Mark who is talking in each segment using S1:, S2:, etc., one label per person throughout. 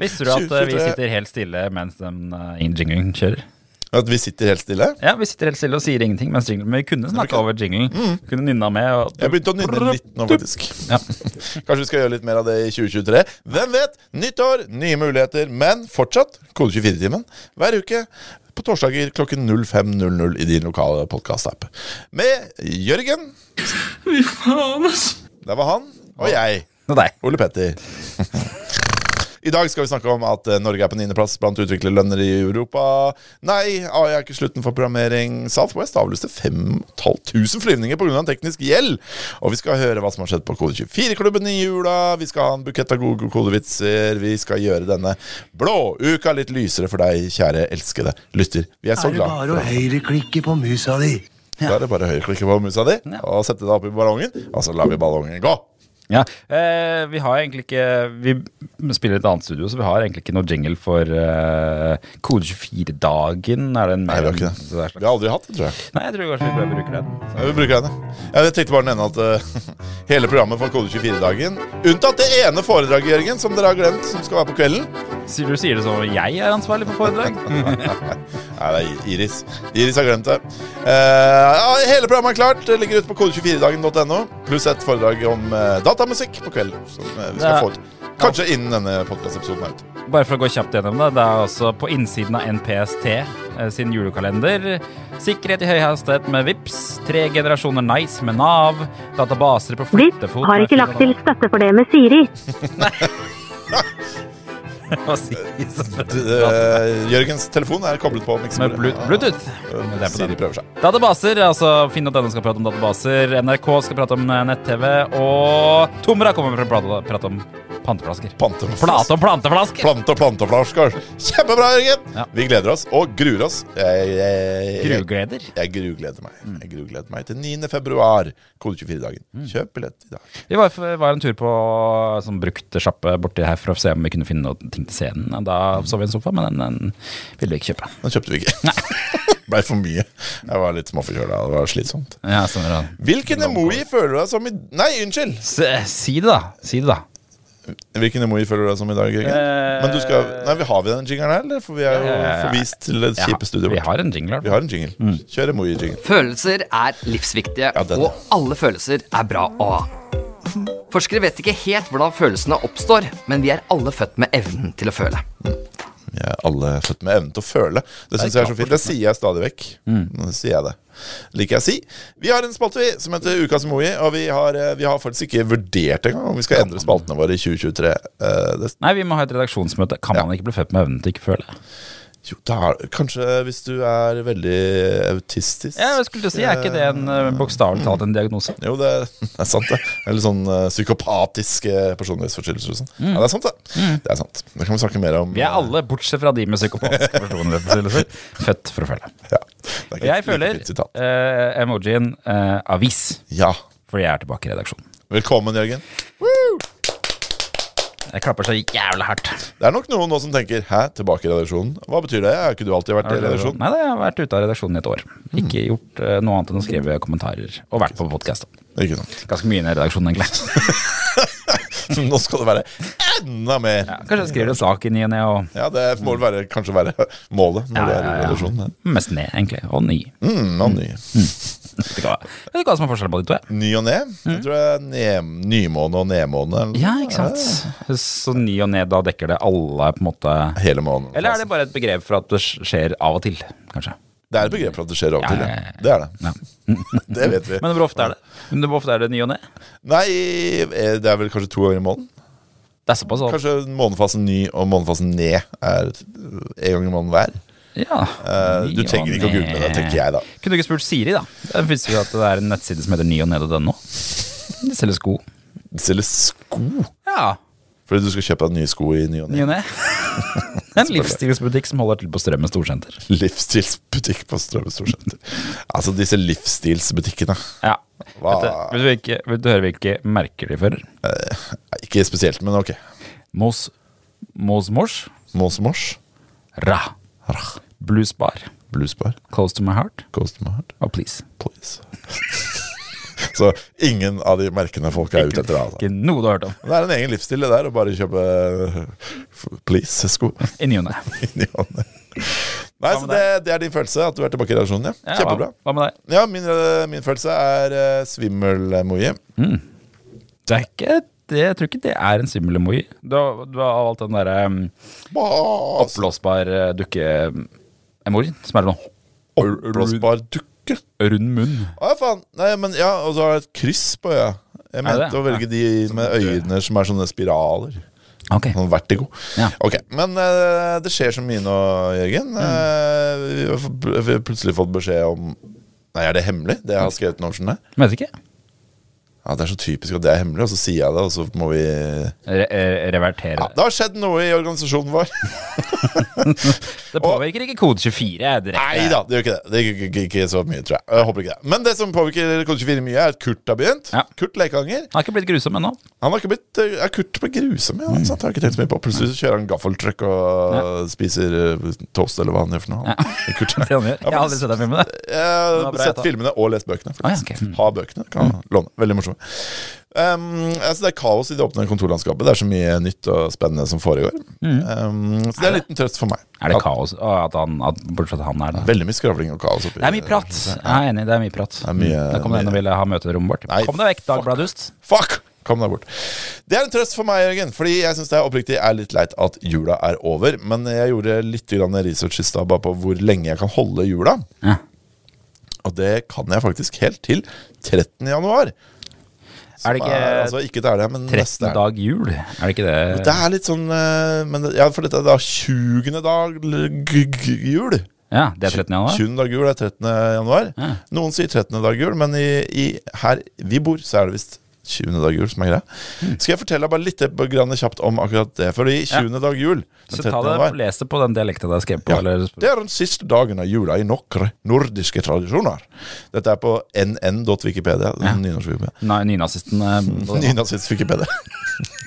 S1: Visste du at eh, vi
S2: 2023.
S1: sitter helt stille mens den eh, inn jinglen kjører?
S2: At vi sitter helt stille?
S1: Ja, vi sitter helt stille og sier ingenting mens jinglen Men vi kunne
S2: Ok.
S1: snakka
S2: Mm.
S1: over jinglen. Kunne nynna med. Og,
S2: Jeg begynte å nynne litt nå, faktisk.
S1: Ja.
S2: Kanskje vi skal gjøre litt mer av det i 2023. Hvem vet? Nytt år, nye muligheter. Men fortsatt Kode 24-timen hver uke på torsdager klokken 05.00 i din lokale podkastapp. Med Jørgen. Der var han. Og jeg.
S1: Og deg.
S2: Ole Petter. I dag skal vi snakke om at eh, Norge er på niendeplass blant utviklerlønner i Europa. Nei, AI er ikke slutten for programmering. Southwest avlyste 5500 flyvninger pga. teknisk gjeld. Og vi skal høre hva som har skjedd på Kode24-klubben i jula. Vi skal ha en bukett av gode kodevitser. Vi skal gjøre denne blåuka litt lysere for deg, kjære elskede lytter. Vi er så
S3: Er det
S2: glad
S3: bare å høyreklikke på musa di?
S2: Da er det bare å høyreklikke på musa di
S1: Ja.
S2: og sette deg opp i ballongen, og så lar vi ballongen gå.
S1: Ja, eh, vi har egentlig ikke Vi spiller i et annet studio, så vi har egentlig ikke noe jingle for eh, Kode 24-dagen. Er det en
S2: Nei, vi har ikke Mm, det.
S1: det er
S2: Vi har aldri hatt det, tror jeg.
S1: slags- Nei, jeg tror kanskje vi bare bruker den.
S2: Ja, vi bruker den, ja. Jeg tenkte bare å nevne at eh, hele programmet for Kode 24-dagen, unntatt det ene foredraget, Jørgen, som dere har glemt, som skal være på kvelden
S1: Sier du sier det som om jeg er ansvarlig for foredrag?
S2: Nei, det er Iris. Iris har glemt det. Eh, ja, hele programmet er klart. Det ligger ute på kode24dagen.no. Pluss et foredrag om eh, datamusikk på kvelden. Som eh, vi skal
S1: Det er-
S2: få ut. Kanskje innen denne podkastepisoden er ute.
S1: Bare for å gå kjapt gjennom det, det er altså på innsiden av NPST eh, sin julekalender. Sikkerhet i høy hastighet med VIPS, tre generasjoner Nice med Nav, databaser på
S4: Vip
S1: flyttefot
S4: har ikke lagt til støtte for det med Siri.
S2: Eh, Jørgens telefon er koblet på
S1: Med
S2: miksebordet.
S1: blu- Bluetooth.
S2: Eh,
S1: Det er på den.
S2: Siri prøver seg.
S1: Databaser, altså Finn og denne skal prate om databaser, NRK skal prate om eh, nett-TV, og Tomra kommer for å prate, prate om panteflasker.
S2: Pante
S1: Plate om planteflasker!
S2: Plante og planteflasker. Kjempebra, Jørgen!
S1: Ja.
S2: Vi gleder oss og gruer oss. Jeg, jeg, jeg,
S1: Grugleder.
S2: jeg grugleder meg. Jeg grugleder meg til 9. februar, kode 24-dagen.
S1: Mm.
S2: Kjøp billett i dag.
S1: Vi var, var en tur på sånn bruktsjappe borti her for å se om vi kunne finne noen ting til scenen. Da så vi en sofa, men den, den ville vi ikke kjøpe.
S2: Den kjøpte vi ikke. Blei for mye. Jeg var litt småforkjøla. Det var slitsomt.
S1: Ja, stemmer det.
S2: Hvilken emoji føler du deg som i Nei, unnskyld!
S1: S- Si det, da. Si det, da.
S2: Hvilken emoji føler du deg som i dag, Jørgen?
S1: Eh,
S2: Men du skal Nei, vi har vi den jingeren her, eller? For vi er jo
S1: ja, ja.
S2: forvist til det
S1: Jeg har-
S2: kjipe studioet
S1: Vi
S2: vårt.
S1: har Mm. en jingle.
S2: Vi
S1: her.
S2: har en jingle. Kjør emoji-jingle.
S5: Følelser er livsviktige,
S2: Ja, den er.
S5: og alle følelser er bra å ha. Forskere vet ikke helt hvordan følelsene oppstår, men vi er alle født med evnen til å føle.
S2: Vi er alle født med evnen til å føle. Det syns jeg er så fint. Det sier jeg stadig vekk.
S1: Mm.
S2: Nå sier jeg det. Liker jeg å si. Vi har en spalte vi som heter Ukas emoji, og vi har, eh, vi har faktisk ikke vurdert engang om vi skal endre spaltene våre i 2023. Eh, Det,
S1: Nei, vi må ha et redaksjonsmøte. Kan man ikke bli født med evnen til ikke føle?
S2: jo, da er, kanskje hvis du er veldig autistisk Eh,
S1: Ja, jeg skulle til å si, Er ikke det en eh, bokstavelig talt en diagnose?
S2: Jo, det er, det er sant, det. Eller sånn eh, psykopatiske personlighetsforstyrrelser og sånn. Ja, det er sant, det. Det er sant. Det kan vi snakke mer om.
S1: Mm. Vi er
S2: eh,
S1: alle, bortsett fra de med psykopatiske personlighetsforstyrrelser, født for å føle.
S2: ja. Det er ikke
S1: Jeg
S2: et like
S1: føler
S2: fint sitat.
S1: eh, emojien eh, avis,
S2: Ja.
S1: fordi jeg er tilbake i redaksjonen.
S2: Velkommen, Jørgen.
S1: Jeg klapper så jævlig hardt.
S2: Det er nok noen nå som tenker 'hæ, tilbake i redaksjonen'? Hva betyr det? Har ikke du alltid vært i redaksjonen?
S1: Nei, da, jeg har vært ute av redaksjonen i et år. Ikke gjort eh, noe annet enn å skrive kommentarer og vært på podkast.
S2: Ikke sant.
S1: Ganske mye i redaksjonen, egentlig.
S2: Nå skal det være enda mer!
S1: Ja, kanskje jeg skriver en sak i ny og ne, og
S2: Ja, det må vel være, kanskje være målet når
S1: Ja,
S2: det er
S1: ja,
S2: i
S1: ja.
S2: redaksjonen.
S1: mest ned, egentlig. Og ny.
S2: Mm, og ny.
S1: Vet ikke hva, vet ikke hva som er forskjellen på de to. jeg.
S2: Ny og ned. Jeg tror det er ne- nymåne og nedmåne. eller-
S1: Mm. Ja, ikke sant. Eh, Så ny og ne, da dekker det alle, på en måte.
S2: Hele måneden.
S1: Eller er det bare et begrep for at det skjer av og til, kanskje?
S2: Det er et begrep for at det skjer av og til.
S1: Ja, ja,
S2: ja.
S1: ja.
S2: Det er det.
S1: Ja.
S2: Det vet vi.
S1: Men hvor ofte er det? Men hvor ofte er det ny og ne?
S2: Nei, eh, det er vel kanskje to ganger i måneden.
S1: Det er såpass. altså.
S2: Kanskje månefasen ny og månefasen ned er eh, en gang i måneden hver.
S1: Ja.
S2: Eh,
S1: ny
S2: Du
S1: og
S2: trenger ikke å
S1: ne.
S2: google det, tenker jeg da.
S1: Kunne du ikke spurt Siri, da? Det finnes jo at det er en nettside som heter nyognedo.no. De selger sko.
S2: De selger sko.
S1: Ja.
S2: Fordi du skal kjøpe deg nye sko i ny og ne.
S1: Ny og ne. En livsstilsbutikk som holder til på Strømmen storsenter.
S2: Livsstilsbutikk på Strømmen Storsenter. Altså disse livsstilsbutikkene.
S1: Ja.
S2: Hva?
S1: Vet du, vil, du ikke, vil du høre hvilke merker de fører?
S2: Nei, Ikke spesielt, men ok.
S1: Mos Mos Mors.
S2: Mås Mors,
S1: Ra. Blues Bar.
S2: Bluesbar,
S1: Close to my heart.
S2: Ghost of My Heart,
S1: Og Please.
S2: Please. Så ingen av de merkene folk er ute etter. Altså.
S1: Ikke noe du har hørt om.
S2: Det er en egen livsstil, det der, å bare kjøpe eh, f- Please-sko.
S1: I ny og ne.
S2: Nei, så det, det er din følelse, at du er tilbake i redaksjonen. Ja.
S1: Ja,
S2: Kjempebra.
S1: Hva, hva med deg?
S2: Ja, min, øh, min følelse er øh, svimmel-emoji.
S1: Det er ikke det, jeg tror ikke det er en svimmel emoji. Du har, du har valgt den derre um,
S2: Oppblåsbar
S1: oppblåsbar eh, dukke-emojien, som er sånn
S2: dukke.
S1: rund munn.
S2: Å ja, faen. Nei, men ja, og så har jeg et kryss på øya. Jeg
S1: Er det
S2: mente
S1: det?
S2: å velge de
S1: eh,
S2: med øyne som er sånne spiraler.
S1: Ok.
S2: Sånn vertigo.
S1: Ja. Mm.
S2: Ok, Men eh, det skjer så mye nå, Jørgen. Eh, vi, har, f- vi har plutselig fått beskjed om Nei, er det hemmelig, det jeg
S1: Mm.
S2: har skrevet i Notion? der?
S1: Men vet ikke.
S2: Ja, det er så typisk at det er hemmelig, og så sier jeg det, og så må vi ja,
S1: Re eh, revertere. det.
S2: Det har skjedd noe i organisasjonen vår.
S1: Det påvirker ikke kode 24 jeg, direkte.
S2: Nei da, det gjør ikke det. Det gikk ikke, ikke så mye, tror jeg. jeg håper ikke det. Men det som påvirker Kode 24 mye, er at Kurt har begynt.
S1: Ja.
S2: Kurt Lekanger.
S1: Han har ikke blitt grusom ennå.
S2: Han har ikke blitt eh, er Kurt på grusom, ja.
S1: Mm.
S2: Sant? Jeg har ikke tenkt så mye på Plutselig så kjører han gaffeltruck og spiser eh, toast, eller hva han gjør for noe. Kurt,
S1: Det han gjør.
S2: Ja,
S1: Jeg har
S2: men-
S1: aldri sett den filmen. det.
S2: Jeg
S1: var
S2: har
S1: bra, jeg
S2: sett
S1: tar.
S2: filmene og lest bøkene.
S1: Ah, ja,
S2: faktisk.
S1: ok. Mm.
S2: Ha bøkene, kan jeg låne. Veldig morsomme. Um, altså det er kaos i det åpne kontorlandskapet. Det er så mye nytt og spennende som foregår. Um, så det er en liten trøst for meg.
S1: Mm. Er det
S2: At-
S1: kaos? Å, At han, at, bortsett fra at han er det.
S2: Veldig mye skravling og kaos. Oppi.
S1: Det er mye prat. Jeg er enig, det er mye prat.
S2: er mye-
S1: da kommer den og vil ha møterommet vårt.
S2: Nei,
S1: Kom deg vekk,
S2: fuck.
S1: Dagbladust.
S2: Fuck! Kom deg bort. Det er en trøst for meg, Jørgen. Fordi jeg syns det er oppriktig er litt leit at jula er over. Men jeg gjorde litt grann research i stad bare på hvor lenge jeg kan holde jula.
S1: Ja.
S2: Og det kan jeg faktisk helt til 13. januar.
S1: Er det
S2: Som
S1: ikke
S2: altså, ikke det er det, men
S1: 13.
S2: neste er det.
S1: dag jul? Er det ikke
S2: Det
S1: det?
S2: er litt sånn eh, men, det- Ja, for dette er da 20. dag l- g- g- jul.
S1: Ja, det er 13. januar.
S2: 20. dag jul er 13. januar.
S1: Ja.
S2: Noen sier 13. dag jul, men i, i, her vi bor, så er det visst 20. dag jul som er greia.
S1: Hmm.
S2: Skal jeg fortelle deg bare litt grann kjapt om akkurat det? Fordi 20. dag jul men
S1: Så
S2: 13.
S1: ta det
S2: januar,
S1: og les det på den dialekta du har skrevet på.
S2: ja,
S1: Eller,
S2: det er den siste dagen av jula i nokre nordiske tradisjoner. Dette er på nn.wikipedia. Ja. Nynorsk-wikipedia.
S1: Nei, nynazisten eh,
S2: Nynazist Wikipedia.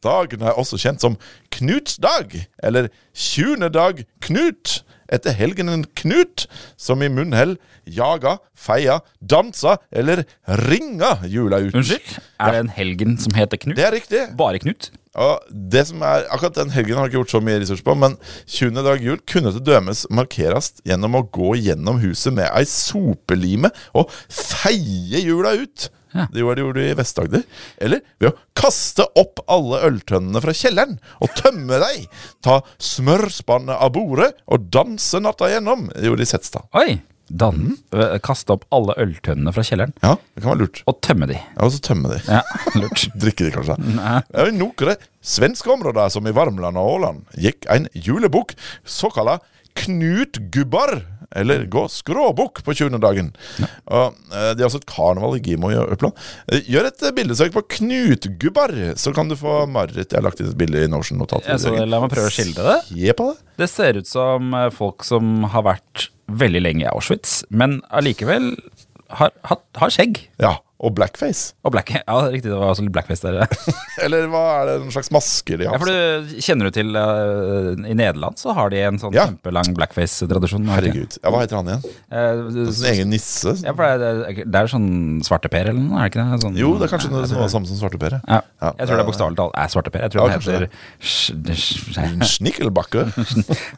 S2: Dagen er også kjent som Knutsdag, eller 20. dag Knut. Etter helgenen Knut, som i munnhell jaga, feia, dansa eller ringa jula ut.
S1: Unnskyld? Er det en helgen som heter Knut?
S2: Det er riktig.
S1: Bare Knut?
S2: Og det som er, akkurat den helgen har jeg ikke gjort så mye research på, men 20. dag jul kunne til dømes markeres gjennom å gå gjennom huset med ei sopelime og feie jula ut.
S1: Ja.
S2: Det var det gjorde i Vest-Agder. Eller ved å kaste opp alle øltønnene fra kjelleren og tømme deg. Ta smørspannet av bordet og danse natta gjennom. Det gjorde de i Setstad.
S1: Oi! Dan,
S2: eh,
S1: øh, Kaste opp alle øltønnene fra kjelleren
S2: Ja, det kan være lurt.
S1: og tømme de.
S2: Ja, Og så tømme de.
S1: Ja, lurt.
S2: Drikke de, kanskje? Det er Noen svenske områder, som i Varmland og Åland, gikk en julebukk, såkalla knutgubbar, eller gå skråbukk på 20. dagen. Og, eh, det er også et karneval i Gimo i Øppland. Eh, Gjør et eh, bildesøk på knutgubbar, så kan du få mareritt. Jeg har lagt inn et bilde i Notion-notatet.
S1: Jeg så det, la meg prøve å skildre det.
S2: Se på det.
S1: Det ser ut som eh, folk som har vært veldig lenge i Auschwitz, men allikevel har, har, har skjegg.
S2: Ja, og blackface.
S1: Og black, ja, riktig, det var også litt blackface der. Ja,
S2: Eller hva er det, en slags masker de har?
S1: for du kjenner du til eh, I Nederland så har de en sånn
S2: Ja.
S1: kjempelang blackface-tradisjon. har de ikke?
S2: Herregud. Ja, hva heter han igjen?
S1: Eh,
S2: Sin egen nisse?
S1: ja, for det, er- det er sånn svarteper eller noe, er det ikke det? Sånn,
S2: Jo, det er kanskje noe som var samme som svartepere.
S1: ja.
S2: Ja,
S1: Jeg tror det er bokstavelig talt er svarteper. Jeg tror
S2: Ja,
S1: det
S2: kanskje
S1: heter
S2: det.
S1: sj- sj-
S2: Eh,
S1: sj-
S2: Snikkelbakke.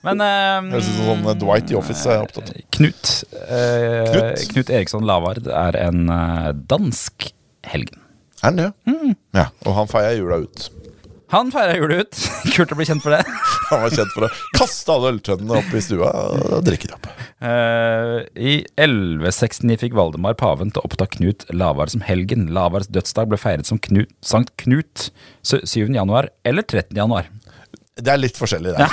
S1: Men eh,
S2: Høres ut som sånn eh, Dwight i Office er opptatt av.
S1: Mm. Knut, eh,
S2: Knut.
S1: Knut. Eriksson Lavard er en eh, dansk helgen.
S2: Er han det? Ja, og han feia jula ut.
S1: Han feira jul ut. Kult å bli kjent for det.
S2: Han var kjent for å kaste alle øltønnene opp i stua og drikke de opp.
S1: Eh, I 1169 fikk Valdemar paven til å oppta Knut Lavard som helgen. Lavards dødsdag ble feiret som Knut, Sankt Knut sø- 7. januar eller 13. januar.
S2: Det er litt forskjellig der.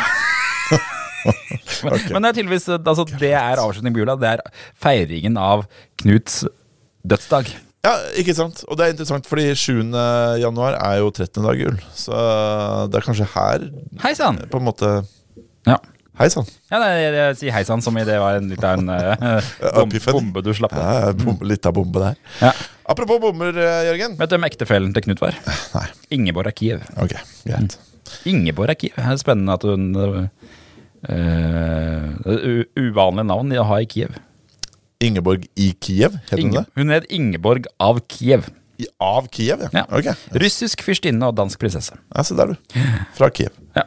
S1: Men,
S2: Ok.
S1: men det er tydeligvis eh, altså, Det er avslutning på jula. Det er feiringen av Knuts dødsdag.
S2: Ja, ikke sant? Og det er interessant, fordi 7. januar er jo 13. dag jul. Så det er kanskje her
S1: Hei sann!
S2: på en måte
S1: Ja.
S2: Hei sann.
S1: Ja, nei, jeg, jeg sier hei sann, som i det var en litt av en eh, bom,
S2: epiphany.
S1: bombe du slapp av.
S2: Ja, bom, litt av bombe der.
S1: Ja.
S2: Apropos bomber, eh, Jørgen.
S1: Vet du hvem ektefellen til Knut var?
S2: Nei,
S1: Ingeborg av Kiev.
S2: ok, greit.
S1: Ingeborg av Kiev. Det er spennende at eh, hun eh, u- Uvanlig navn å ha i Kiev.
S2: Ingeborg i Kiev, het hun
S1: Inge,
S2: det?
S1: hun het Ingeborg av Kiev.
S2: I, av Kiev, ja.
S1: Ja.
S2: Ok,
S1: Russisk fyrstinne og dansk prinsesse.
S2: ja, Se der, du. Fra Kiev.
S1: Ja.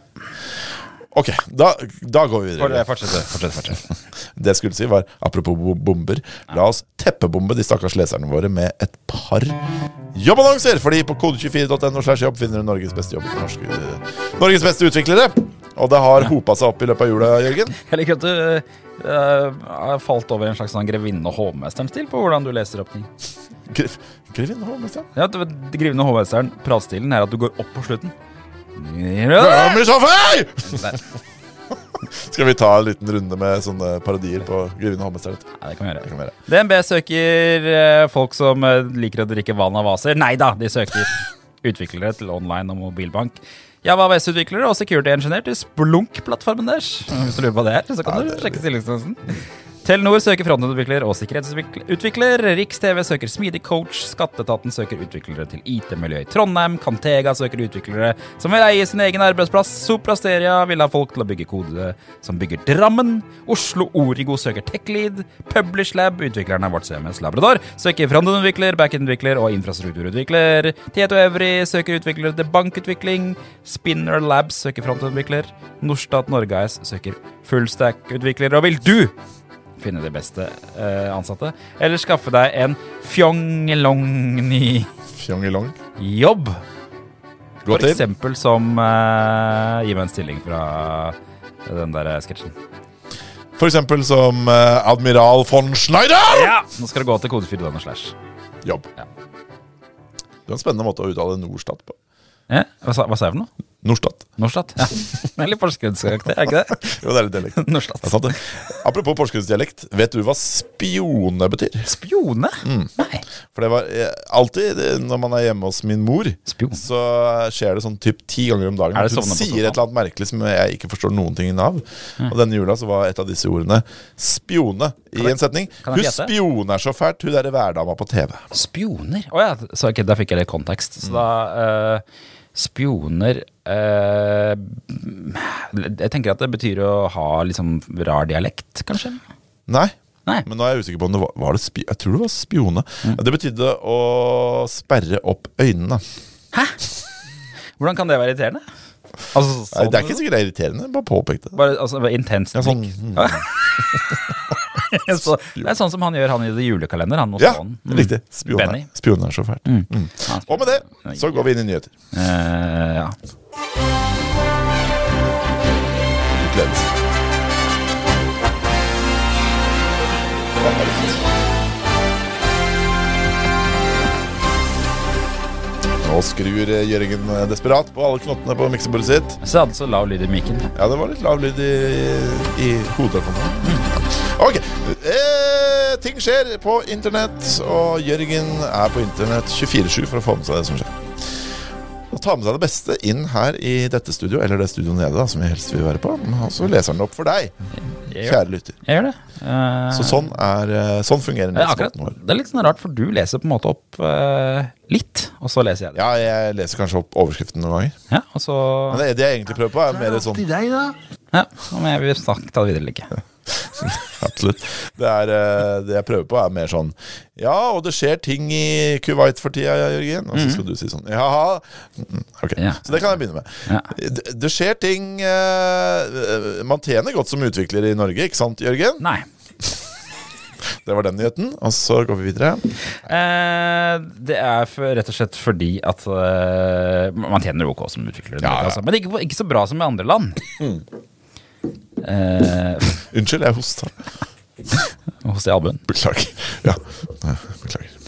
S2: Ok, da, da går vi videre.
S1: Fortsett, fortsett. fortsett.
S2: Det jeg skulle si var, apropos bo- bomber La oss teppebombe de stakkars leserne våre med et par jobbannonser! Fordi på kode24.no slash jobb finner du Norges beste jobb for norske, Norges beste utviklere. Og det har hopa seg opp i løpet av jula, Jørgen.
S1: Jeg liker at du øh, har falt over en slags sånn grevinne- og hovmesterstil på hvordan du leser opp ting.
S2: Grev- Grevinne Holmestrand.
S1: Ja, du vet, Grevinne og hovmesteren, pratstilen er at du går opp på slutten.
S2: Ja, men så fei!
S1: Der.
S2: Skal vi ta en liten runde med sånne parodier på Grevinne Holmestrand? etterpå?
S1: Nei, det kan vi gjøre.
S2: Det kan vi gjøre.
S1: DNB søker eh, folk som eh, liker å drikke vann av vaser. Nei da, de søker utviklere til online og mobilbank. Java VS-utviklere og security-ingeniør til Splunk-plattformen deres. Hvis du lurer på det her, så kan du sjekke stillingsdistansen. Telenor søker frontend-utvikler og sikkerhetsutvikler. Riks-TV søker smidig coach. Skatteetaten søker utviklere til IT-miljøet i Trondheim. Kantega søker utviklere som vil eie sin egen arbeidsplass. Soprasteria vil ha folk til å bygge kode som bygger Drammen. Oslo Origo søker TechLead. Publish Lab, utvikleren av vårt CMS Labrador, søker frontend-utvikler, backend-utvikler og infrastrukturutvikler. Tieto Evry søker utviklere til bankutvikling. Spinner Labs søker frontend-utvikler. Norstat Norge AS søker fullstack-utvikler. Og vil du finne de beste eh, ansatte. Eller skaffe deg en fjonglong-ny
S2: Fjongelong.
S1: jobb.
S2: Gå
S1: For
S2: til.
S1: eksempel som eh, Gi meg en stilling fra den der eh, sketsjen.
S2: For eksempel som eh, Admiral von Schneider!
S1: Ja! Nå skal du gå til kodefyrdane slash.
S2: Jobb.
S1: Ja.
S2: Det er en spennende måte å uttale Norstat på.
S1: Eh? Hva, sa, hva sa jeg for noe?
S2: Norstat.
S1: Norstat? Ja. Det er litt forskuddsaktig, er ikke det?
S2: Jo, det er litt dialekt. Det
S1: Norstat.
S2: er sant, det. Apropos porsgrunnsdialekt, vet du hva spione betyr?
S1: Spione?
S2: Mm,
S1: Nei.
S2: For det var eh, alltid eh, når man er hjemme hos min mor,
S1: Spion.
S2: så skjer det sånn typ ti ganger om dagen.
S1: Er det
S2: Hun
S1: sovnet på
S2: sier
S1: sofaen? Mm.
S2: et eller annet merkelig som jeg ikke forstår noen ting av. Og denne jula så var et av disse ordene spione i en setning.
S1: kan
S2: Hun
S1: jeg gjette?
S2: spioner så fælt, hun derre værdama på TV.
S1: Spioner? Å ja, så, ok, da fikk jeg litt kontekst.
S2: Mm.
S1: Så da eh, Spioner eh, Jeg tenker at det betyr å ha litt sånn rar dialekt, kanskje?
S2: Nei.
S1: Nei. Mm.
S2: Men nå er jeg usikker på om det var, var det spi, Jeg tror det var spione. Det betydde å sperre opp øynene.
S1: Hvordan kan det være irriterende? Altså,
S2: Nei,
S1: sånn,
S2: det er ikke sikkert det er irriterende, bare påpek det.
S1: Bare altså, bare intenst.
S2: Ja, sånn,
S1: blikk.
S2: mm.
S1: Så, det er sånn som han gjør, han i det julekalender. Han hos
S2: Ja,
S1: han.
S2: riktig. Spioner,
S1: sånn. Mm. Benny.
S2: spioner er så fælt. Mm. Og med det så går vi inn i nyheter.
S1: Eh, ja.
S2: Utledes. Nå skrur eh, Jørgen eh, desperat på alle knottene på miksebordet sitt.
S1: Så jeg hadde så lav lyd i mikken.
S2: Ja, det var litt lav lyd i, i hodetelefonen. Mm. Ok. Eh, ting skjer på internett, og Jørgen er på internett 24-7 for å få med seg det som skjer. Og ta med seg det beste inn her i dette studio, eller det studioet nede, da, som vi helst vil være på. Og så leser den opp for deg,
S1: Jeg gjør,
S2: kjære lytter.
S1: jeg gjør det. Eh,
S2: Så sånn, er, eh, sånn fungerer
S1: det er akkurat,
S2: nettspalten vår.
S1: det er litt sånn rart, for du leser på en måte opp eh, litt, og så leser jeg det.
S2: Ja, jeg leser kanskje opp overskriften noen ganger.
S1: Ja, og så
S2: Men det, det jeg egentlig prøver på, er mer sånn
S3: Til deg, da.
S1: Ja, om jeg vil snakke, ta det videre eller ikke.
S2: Absolutt. Det, er, eh, det jeg prøver på, er mer sånn Ja, og det skjer ting i Kuwait for tida, Jørgen. Og så skal du si sånn Jaha. Mm, Ok,
S1: Mhm. Ja.
S2: Så det kan jeg begynne med.
S1: Ja.
S2: Det, det skjer ting eh, Man tjener godt som utvikler i Norge, ikke sant, Jørgen?
S1: Nei.
S2: Det var den nyheten. Og så går vi videre.
S1: Eh, det er for, rett og slett fordi at eh, man tjener OK som utvikler. i
S2: Ja,
S1: Norge,
S2: ja. Mm.
S1: Altså. Men ikke, ikke så bra som i andre land. Eh,
S2: Unnskyld, jeg hosta.
S1: hos de albuen.
S2: Beklager. Ja, Nei, beklager.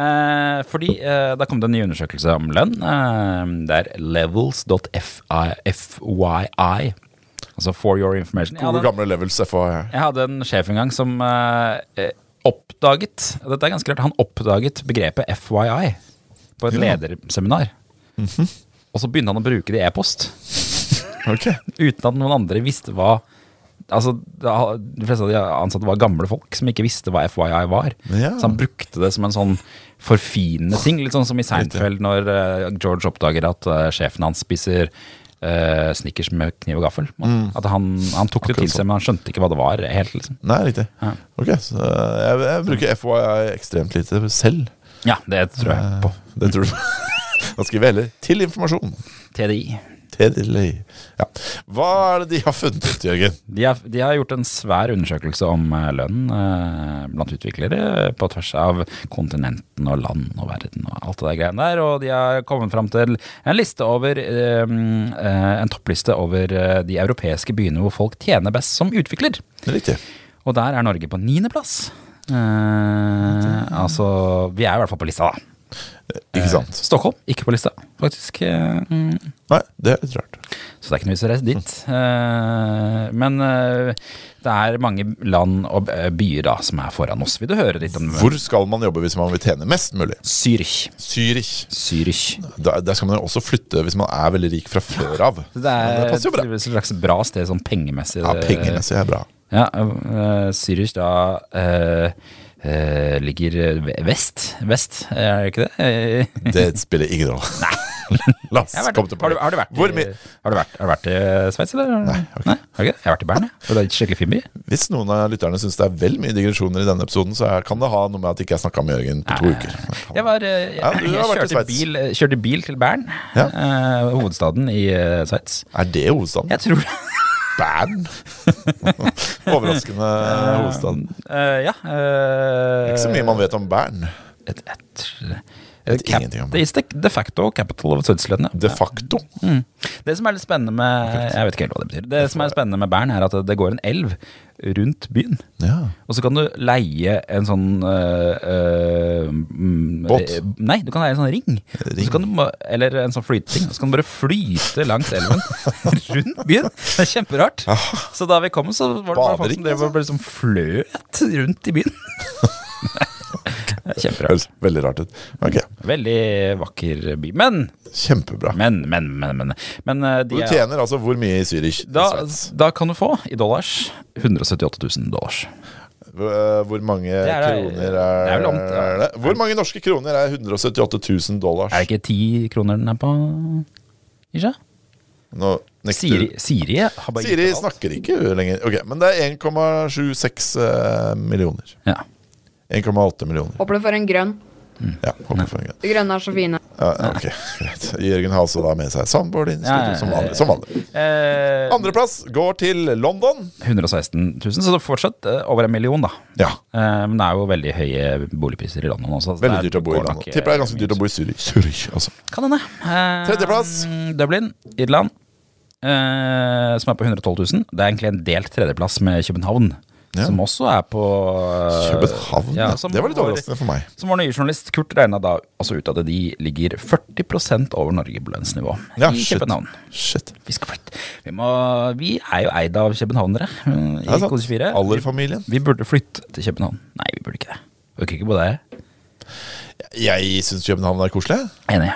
S1: Eh, fordi eh, da kom det en ny undersøkelse om lønn. Eh, det er levels.fyi. Altså for your information. Jeg
S2: Gode,
S1: hadde,
S2: gamle levels FHI.
S1: jeg hadde en sjef en gang som eh, eh, oppdaget og Dette er ganske rart. Han oppdaget begrepet FYI på et
S2: Ja.
S1: lederseminar. Mhm. Og så begynte han å bruke det i e-post.
S2: Ok.
S1: uten at noen andre visste hva Altså, da- De fleste av de ansatte var gamle folk som ikke visste hva FYI var.
S2: Ja.
S1: Så han brukte det som en sånn forfinende ting. Litt sånn som i Seinfeld når eh, George oppdager at eh, sjefen hans spiser eh, Snickers med kniv og gaffel. At han, han tok det til seg, men han skjønte ikke hva det var helt. liksom.
S2: Nei, riktig. Ok, så eh, jeg, jeg bruker FYI ekstremt lite selv.
S1: Ja, det tror jeg
S2: Eh.
S1: på.
S2: Det tror du Da skriver jeg heller 'til informasjon'.
S1: TDI.
S2: Til, ja. Hva er det de har funnet ut, Jørgen?
S1: De har, de har gjort en svær undersøkelse om eh, lønn eh, blant utviklere på tvers av kontinenten og land og verden og alt det der greiene der. Og de har kommet fram til en liste over eh, eh, En toppliste over eh, de europeiske byene hvor folk tjener best som utvikler.
S2: Riktig.
S1: Og der er Norge på niendeplass. Eh, altså Vi er i hvert fall på lista, da.
S2: Ikke sant?
S1: Stockholm ikke på lista, faktisk. Eh, mm.
S2: Nei, det er litt rart.
S1: Så det er ikke noe vits å reise dit. Eh, Men eh, det er mange land og b- byer da som er foran oss. Vil du høre litt om eh,
S2: Hvor skal man jobbe hvis man vil tjene mest mulig?
S1: Zürich.
S2: Zürich.
S1: Zürich.
S2: Der, der skal man jo også flytte hvis man er veldig rik fra før av.
S1: Så Det
S2: Ja,
S1: er
S2: det passer jo bra.
S1: et slags bra sted sånn pengemessig.
S2: Ja, pengemessig er bra.
S1: Ja, eh, Zürich da eh, eh, ligger ve- vest. Vest, er det ikke det? Eh,
S2: Det spiller ingen rolle. La oss
S1: jeg har, vært,
S2: komme til
S1: har, du, har, du vært,
S2: Hvor
S1: i-
S2: mye-
S1: har, du vært, har du vært i Sveits, eller? Nei. har du ikke det? Jeg har vært i Bern, jeg. Og det er en skikkelig fin by.
S2: Hvis noen av lytterne syns det er vel mye digresjoner i denne episoden, så er- kan det ha noe med at ikke jeg snakka med Jørgen på to uker.
S1: Jeg, var, eh, jeg,
S2: Ja, du har vært i
S1: kjørte,
S2: Sveits.
S1: bil, eh, kjørte bil til Bern,
S2: Ja.
S1: eh, hovedstaden i eh, Sveits.
S2: Er det hovedstaden?
S1: Jeg tror
S2: Bern? Overraskende hovedstad.
S1: Eh, Ja. eh,
S2: Ikke så mye man vet om Bern.
S1: Et, et,
S2: Vet
S1: et cap,
S2: ingenting om
S1: det is the de facto capital of Switzerland. ja.
S2: De facto.
S1: Det som er litt spennende med Jeg vet ikke helt hva det betyr. Det som er spennende med Bern, er at det går en elv rundt byen.
S2: Ja.
S1: Og så kan du leie en sånn øh, øh, mm,
S2: Båt?
S1: eh, Nei, du kan leie en sånn ring.
S2: Ring?
S1: Så kan du, ma- eller en sånn flyteting. Og så kan du bare flyte langs elven rundt byen. Det er kjemperart. Så da vi kom, så var det bare folk
S2: Badering, altså?
S1: som drev og ble liksom fløt rundt i byen. Det er Kjemperart.
S2: Høres veldig rart ut. Ok,
S1: Veldig vakker by. Men,
S2: Kjempebra.
S1: men, men, men. men, men eh,
S2: Og
S1: de
S2: du
S1: er,
S2: tjener altså hvor mye i Zürich? i
S1: da,
S2: Sveits?
S1: da kan du få, i dollars, 178 000 dollars.
S2: Hvor eh, hvor mange
S1: er-
S2: kroner er,
S1: det er vel om- ja.
S2: er det? Hvor mange norske kroner er 178 000 dollars?
S1: Er det ikke ti kroner den er på? Ikke?
S2: Nå nekter
S1: Siri,
S2: du.
S1: Siri har bare
S2: Siri
S1: gitt opp alt.
S2: snakker ikke lenger. Ok, Men det er 1,76 eh, millioner.
S1: Ja.
S2: 1,8 millioner.
S6: Håper du får en grønn.
S2: Ja, håper jeg får en grei.
S6: De grønne er så fine.
S2: Ja, ok, greit. Jørgen har altså da med seg soundboarding,
S1: Ja, ja, ja.
S2: som vanlig. Som vanlig.
S1: Eh,
S2: Andreplass går til London.
S1: 116 000, så det er fortsatt eh, over en million, da.
S2: Ja,
S1: Eh, men det er jo veldig høye boligpriser i London også. så
S2: Veldig
S1: det er-
S2: dyrt å bo i
S1: går nok,
S2: London.
S1: eh,
S2: Tipper det er ganske dyrt å bo i Zürich. Zürich, altså.
S1: Kan hende. Eh,
S2: Tredjeplass.
S1: Dublin, Irland, eh, som er på 112 000. Det er egentlig en delt tredjeplass med København,
S2: Ja.
S1: som også er på eh,
S2: København, ja.
S1: ja, som
S2: Det var litt
S1: vår-
S2: overraskende for meg.
S1: Som vår nye journalist Kurt regna da altså ut at de ligger 40 over Norge på lønnsnivå
S2: Ja,
S1: i
S2: shit.
S1: København.
S2: Shit.
S1: Vi skal flytte. Vi, må, vi er jo eid av københavnere mm,
S2: Ja,
S1: i
S2: sant.
S1: kode 24.
S2: Allerfamilien.
S1: Vi burde flytte til København. Nei, vi burde ikke det. Vi kikker på deg.
S2: Jeg syns København er koselig.
S1: Enig.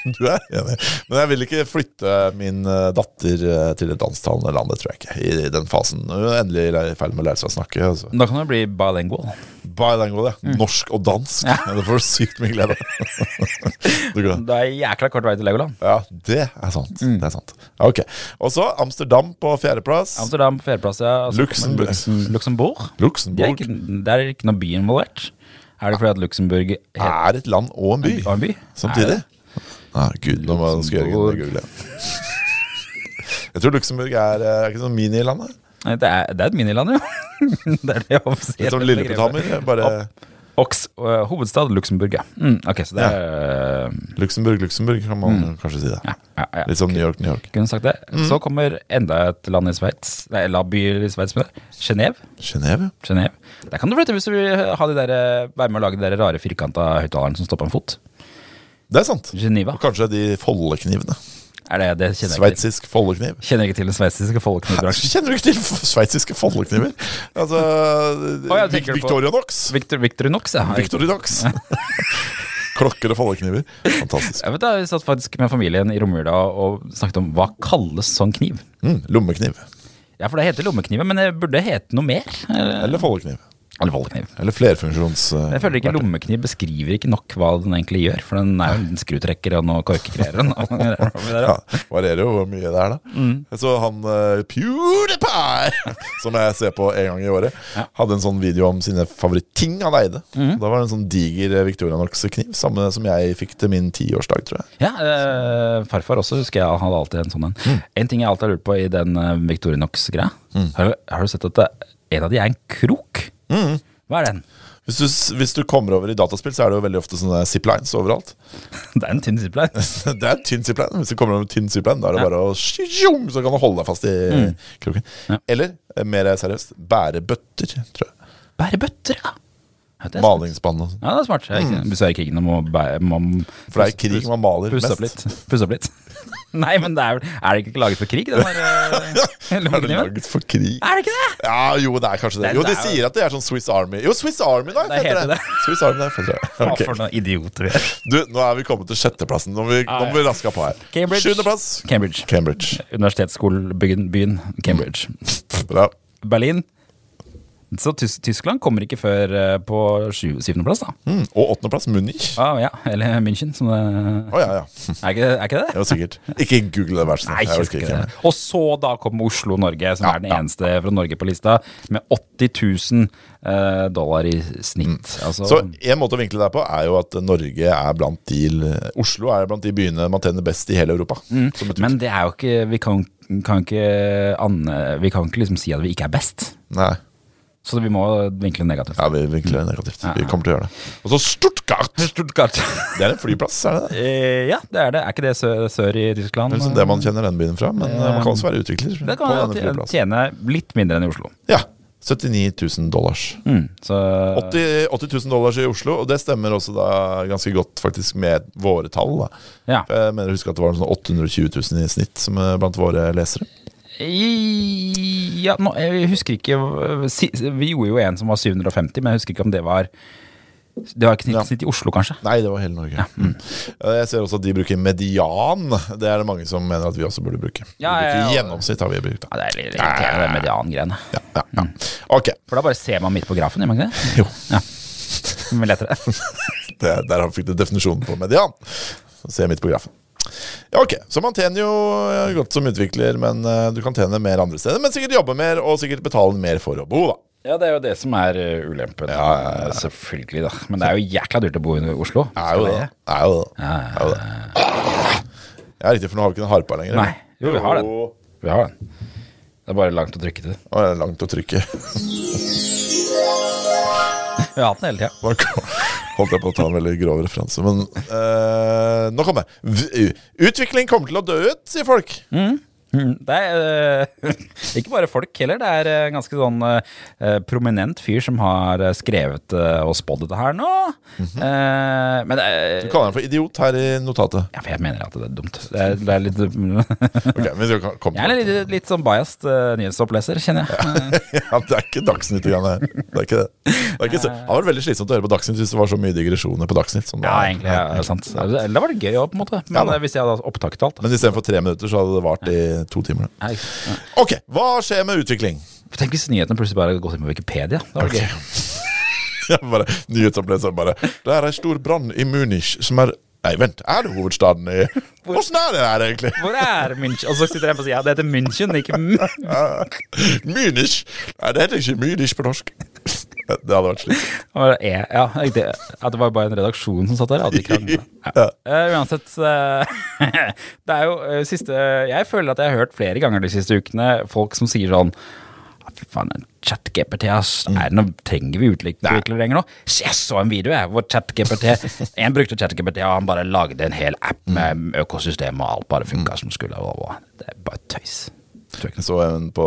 S2: Du er enig. Men jeg vil ikke flytte min eh, datter eh, til et dansktalende land, det tror jeg ikke. I i den fasen. Hun er endelig i ferd med å lære seg å snakke. Altså.
S1: Da kan du bli bilingual.
S2: Bilingual, ja.
S1: Mm.
S2: Norsk og dansk. Ja. Det får du sykt mye glede av. Du kan-
S1: Det er jækla kort vei til Legoland.
S2: Ja, det er sant.
S1: Mm.
S2: Det er sant. Ok. Og så Amsterdam på fjerdeplass.
S1: Amsterdam på fjerdeplass, ja. Og så
S2: Luxemburg.
S1: kommer Luxem- Luxembourg. Det er,
S2: Luxembourg
S1: ikke, det er ikke noe by involvert. Er det fordi at Luxembourg heter
S2: er et land og en by.
S1: og en by? Er
S2: Samtidig?
S1: det?
S2: Nei, gud, nå må- nå skal Jørgen
S1: Luxembourg.
S2: google. Jeg tror Luxembourg er, eh, er ikke sånn miniland? da?
S1: Nei, Det er, det er et miniland, jo. det er det offisielle
S2: Litt sånn
S1: begrepet.
S2: Lilleputthammer. Bare
S1: Oks, øh, hovedstad Luxembourg, ja. Mm, ok, så det er øh,
S2: Luxembourg, Luxembourg, kan man kanskje si det.
S1: Mm. ja, ja, ja.
S2: Litt sånn New York, New York.
S1: Kunne sagt det. Så kommer enda et land i Sveits. Nei, la by i Sveits, mener jeg. Genève.
S2: Genève?
S1: Genève. Der kan du flytte hvis du vil ha de der, øh, være med å lage de der rare firkanta høyttalerne som står på en fot.
S2: Det er sant.
S1: Geneva.
S2: Og kanskje de foldeknivene.
S1: Er det det kjenner jeg ikke til?
S2: Sveitsisk foldekniv.
S1: Kjenner ikke til den sveitsiske folkeknivbransjen.
S2: Kjenner du ikke til f- sveitsiske foldekniver? Altså
S1: Å, jeg
S2: Vic-
S1: tenker på-
S2: Victorinox.
S1: Victor, Victorinox, ja.
S2: Victorinox. Klokker og foldekniver. Fantastisk.
S1: Jeg vet da, Vi satt faktisk med familien i romjula og snakket om hva kalles sånn kniv.
S2: Mm, lommekniv.
S1: Ja, for det heter lommekniven, men det burde hete noe mer. Eller,
S2: Eller foldekniv.
S1: Eller voldkniv.
S2: Eller flerfunksjons... eh,
S1: Jeg føler ikke Lommekniv beskriver ikke nok hva den egentlig gjør, for den er jo en liten skrutrekker og noe korkegreier. og noe-
S2: Ja, varierer jo hvor mye det er, da.
S1: Mm.
S2: Så han eh, PewDiePie, som jeg ser på en gang i året, hadde en sånn video om sine favorittting han eide.
S1: Mm.
S2: Da var det en sånn diger eh, Victorinox-kniv, samme som jeg fikk til min tiårsdag, tror jeg.
S1: Ja, eh, farfar også husker jeg han hadde alltid en sånn en.
S2: Mm.
S1: En ting jeg alltid har lurt på i den eh, Victorinox-greia, har, har du sett at det, en av de er en krok?
S2: Mm.
S1: Hva er den?
S2: Hvis du, s- hvis du kommer over i dataspill, så er det jo veldig ofte sånne ziplines overalt.
S1: Det er en tynn zipline.
S2: Det er tynn zipline. Hvis du kommer over en tynn zipline, da er det bare å sjung, så kan du holde deg fast i
S1: Mm.
S2: kroken. Eller eh, mer seriøst, bære bøtter, tror jeg.
S1: Bære bøtter, ja. Ja, det er smart.
S2: Malingsspann og sånn.
S1: Ja, det er smart. Jeg er ikke- Besverre krigen om å bære man,
S2: For det er i krig man maler
S1: Pusse opp
S2: mest.
S1: litt. Pusse opp litt. Nei, men det er, vel- er det ikke laget for krig, den der eh,
S2: Er det
S1: lommekniven?
S2: laget for krig?
S1: Er det ikke det?
S2: Ja, jo, det er kanskje det.
S1: Det-
S2: Jo, de
S1: det er jo-
S2: sier at det er sånn Swiss Army. Jo, Swiss Army Knife
S1: Det
S2: heter
S1: heter
S2: det. Swiss Army Knife heter det.
S1: Hva
S2: Ok.
S1: for noen idioter vi er.
S2: Du, nå er vi kommet til sjetteplassen. Nå må vi, nå må vi raske på her.
S1: Ah, Cambridge.
S2: Sjuendeplass.
S1: Cambridge.
S2: Cambridge.
S1: Universitetsskolebyen byen Cambridge.
S2: Bra.
S1: Berlin. Så Tys Tyskland kommer ikke før eh, på sju syvendeplass, da.
S2: Mm. Og åttendeplass Munich. Å
S1: Ah, ja. Eller München, som det
S2: ja, ja.
S1: Er ikke, er ikke det?
S2: Jo, sikkert. Ikke google det, vær så snill. Jeg
S1: Nei, jeg
S2: orker
S1: husker
S2: ikke
S1: ikke
S2: mer.
S1: det. Og så da kom Oslo-Norge, som
S2: Ja,
S1: er den
S2: ja.
S1: eneste fra Norge på lista, med 80 000 eh, dollar i snitt. Altså,
S2: Mm. Så en måte å vinkle deg på er jo at Norge er blant de Oslo er blant de byene man tjener best i hele Europa. Som et
S1: Mm. men det er jo ikke Vi kan, kan ikke anne, Vi kan ikke liksom si at vi ikke er best.
S2: Nei.
S1: Så vi må vinkle negativt.
S2: Ja, vi vinkler det negativt. Vi kommer til å gjøre det. Og så Stuttgart!
S1: Stuttgart.
S2: Det er en flyplass, er det det?
S1: Eh, ja, det er det. Er ikke det sør, sør i Tyskland?
S2: Det er liksom det man kjenner den byen fra, men eh, man kan også være utvikler.
S1: Det
S2: på
S1: kan
S2: denne
S1: man
S2: flyplassen.
S1: tjene litt mindre enn i Oslo.
S2: Ja. 79 000 dollars.
S1: Mm, så
S2: 80, 80 000 dollars i Oslo, og det stemmer også da ganske godt faktisk med våre tall. da
S1: ja.
S2: For Jeg mener å huske at det var sånn 820 000 i snitt som eh, blant våre lesere.
S1: I, ja, nå, jeg husker ikke si- Vi gjorde jo en som var 750, men jeg husker ikke om det var Det var ikke snitt,
S2: Ja.
S1: snitt i Oslo, kanskje?
S2: Nei, det var hele Norge. Mm. Eh, Jeg ser også at de bruker median. Det er det mange som mener at vi også burde bruke.
S1: Ja,
S2: vi bruker
S1: ja, ja.
S2: Gjennomsnitt har vi brukt. da.
S1: Ja, det er litt irriterende, det mediangreiene.
S2: Ja, ja, ja. Ok,
S1: For da bare ser man midt på grafen, gjør man ikke det?
S2: Jo.
S1: Ja. Men lettere.
S2: det, der fikk du definisjonen på median. Se midt på grafen. Ja, ok, Så man tjener jo eh, godt som utvikler, men eh, du kan tjene mer andre steder. Men sikkert jobbe mer, og sikkert betale mer for å bo, da.
S1: Ja, det er jo det som er uh, ulempen. Selvfølgelig, da. Men det er jo jækla dyrt å bo i Oslo.
S2: Er jo
S1: Skal
S2: det.
S1: jeg-
S2: Er jo det. Er jo det. Ja, riktig, for nå har vi ikke den harpa lenger.
S1: Nei. Jo, vi har den.
S2: Jo.
S1: Vi har den. Det er bare langt å trykke til.
S2: Å, det er langt å trykke.
S1: Vi har hatt den hele tida.
S2: Nå kom- holdt jeg på å ta en veldig grov referanse, men eh, nå kommer jeg. V- Utvikling kommer til å dø ut, sier folk.
S1: Mm, Det er eh, ikke bare folk heller. Det er eh, en ganske sånn eh, prominent fyr som har eh, skrevet eh, og spådd dette her nå. Eh, men det er-
S2: Mhm. Du kaller den for idiot her i notatet.
S1: ja, for jeg mener at det er dumt. Det er, det er litt Jeg
S2: Ok, men vi kom
S1: er litt, litt sånn biased eh, nyhetsoppleser, kjenner jeg. Eh,
S2: Ja, det er ikke Dagsnytt igjen her. Det er ikke det. det, er ikke, så- det har vært veldig slitsomt å høre på Dagsnytt hvis det var så mye digresjoner på Dagsnytt. Som det
S1: Ja,
S2: er.
S1: egentlig. Ja, det er sant. Eller da var det gøy òg, på en måte. Men
S2: Ja da.
S1: eh, hvis jeg hadde hatt opptak til alt da.
S2: Men istedenfor tre minutter, så hadde det vart i to timer. da.
S1: Nei.
S2: Ok, hva skjer med utvikling?
S1: Tenk hvis nyhetene plutselig bare hadde gått inn på Wikipedia. Det var
S2: Ok.
S1: gøy.
S2: Jeg bare, Nyhetsoppleser bare Det er en stor brann i Munich som er Nei, vent, er det hovedstaden i Åssen er det her, egentlig?
S1: Hvor er München? Og så sitter jeg på og sier ja, det heter München, ikke M-
S2: Munich? Nei, det heter ikke Munich på norsk. Det hadde vært slik.
S1: Hva var det? E? Ja, riktig. At det var bare en redaksjon som satt der. Hadde ikke kranglet. ja.
S2: Ja.
S1: Eh, uansett, eh, det er jo eh, siste Jeg føler at jeg har hørt flere ganger de siste ukene folk som sier sånn «Ah, Fy faen, den ChatGPT, ass. Er det noe, trenger vi utviklere lenger nå? Så Jeg så en video jeg, hvor ChatGPT En brukte ChatGPT, og han bare lagde en hel app med økosystem, og alt bare funka som skulle. og- og- Det er bare tøys. Tror jeg ikke.
S2: Jeg så en på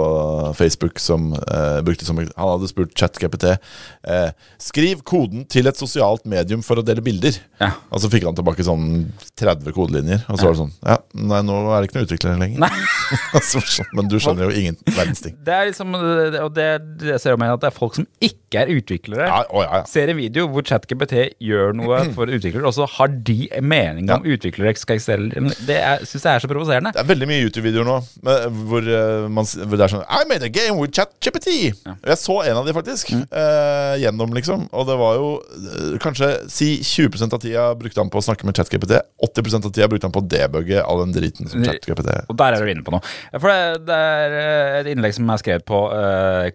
S2: Facebook som eh, brukte som Han hadde spurt ChatGPT eh, Skriv koden til et sosialt medium for å dele bilder.
S1: Ja.
S2: Og så fikk han tilbake sånn 30 kodelinjer. Og så var det sånn Ja, nei, nå er det ikke noen utviklere lenger. Og så var det sånn, Men du skjønner jo ingen verdens ting.
S1: Det er liksom, og det, det ser jeg meg at det er folk som ikke er utviklere.
S2: Ja, å, ja, ja.
S1: ser en video hvor ChatGPT gjør noe for utviklere, og så har de en mening om utviklere skal eksistere. Det er- synes jeg er så provoserende.
S2: Det er veldig mye YouTube-videoer nå med, hvor eh, eh, man, s- hvor det er sånn I made a game with ChatGPT! Og Jeg så en av de faktisk. eh, gjennom, liksom. Og det var jo eh, kanskje si 20 av tida brukte han på å snakke med ChatGPT. 80 av tida brukte han på å debugge all den driten som ChatGPT
S1: Og der er du inne på noe. For det, det er eh, et innlegg som er skrevet på eh,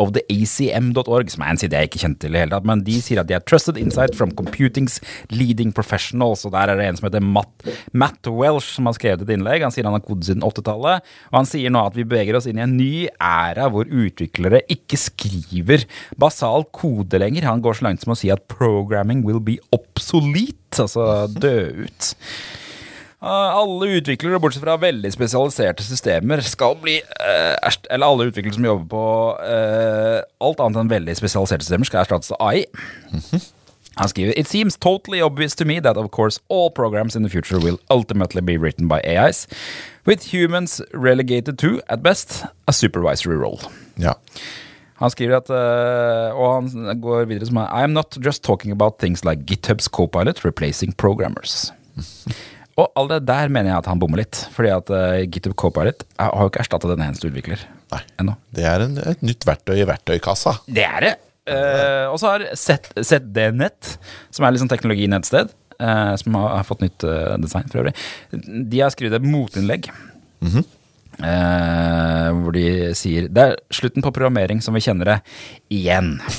S1: communicationsoftheacm.org, som er en side jeg ikke kjente til i det hele tatt, men de sier at de er trusted insight from computings leading professionals, og der er det en som heter Matt, Matt Welsh som har skrevet et innlegg. Han sier han har kodet siden 80-tallet, og han sier nå at vi beveger oss inn i en ny æra hvor utviklere ikke skriver basal kode lenger. Han går så langt som å si at programming will be obsolete, altså dø ut. Uh, Alle utviklere, bortsett fra veldig spesialiserte systemer, skal bli eh, erst, Eller alle utviklere som jobber på eh, alt annet enn veldig spesialiserte systemer, skal erstattes av AI. Han skriver It seems totally obvious to me that of course all programs in the future will ultimately be written by AIs, with humans relegated to, at best, a supervisory role.
S2: Ja.
S1: Han skriver at eh, Og han går videre som I am not just talking about things like GitHubs Copilot replacing programmers. og allerede der mener jeg at han bommer litt. Fordi at eh, GitHub Copilot er- har jo ikke erstatta den eneste utvikler
S2: Nei.
S1: ennå.
S2: Det er en, et nytt verktøy i verktøykassa.
S1: Det er det. Eh, og så har ZDNet, som er liksom teknologinettsted, eh, som har, har fått nytt eh, design for øvrig, de har skrevet et motinnlegg. eh, hvor de sier Det er slutten på programmering som vi kjenner det, igjen.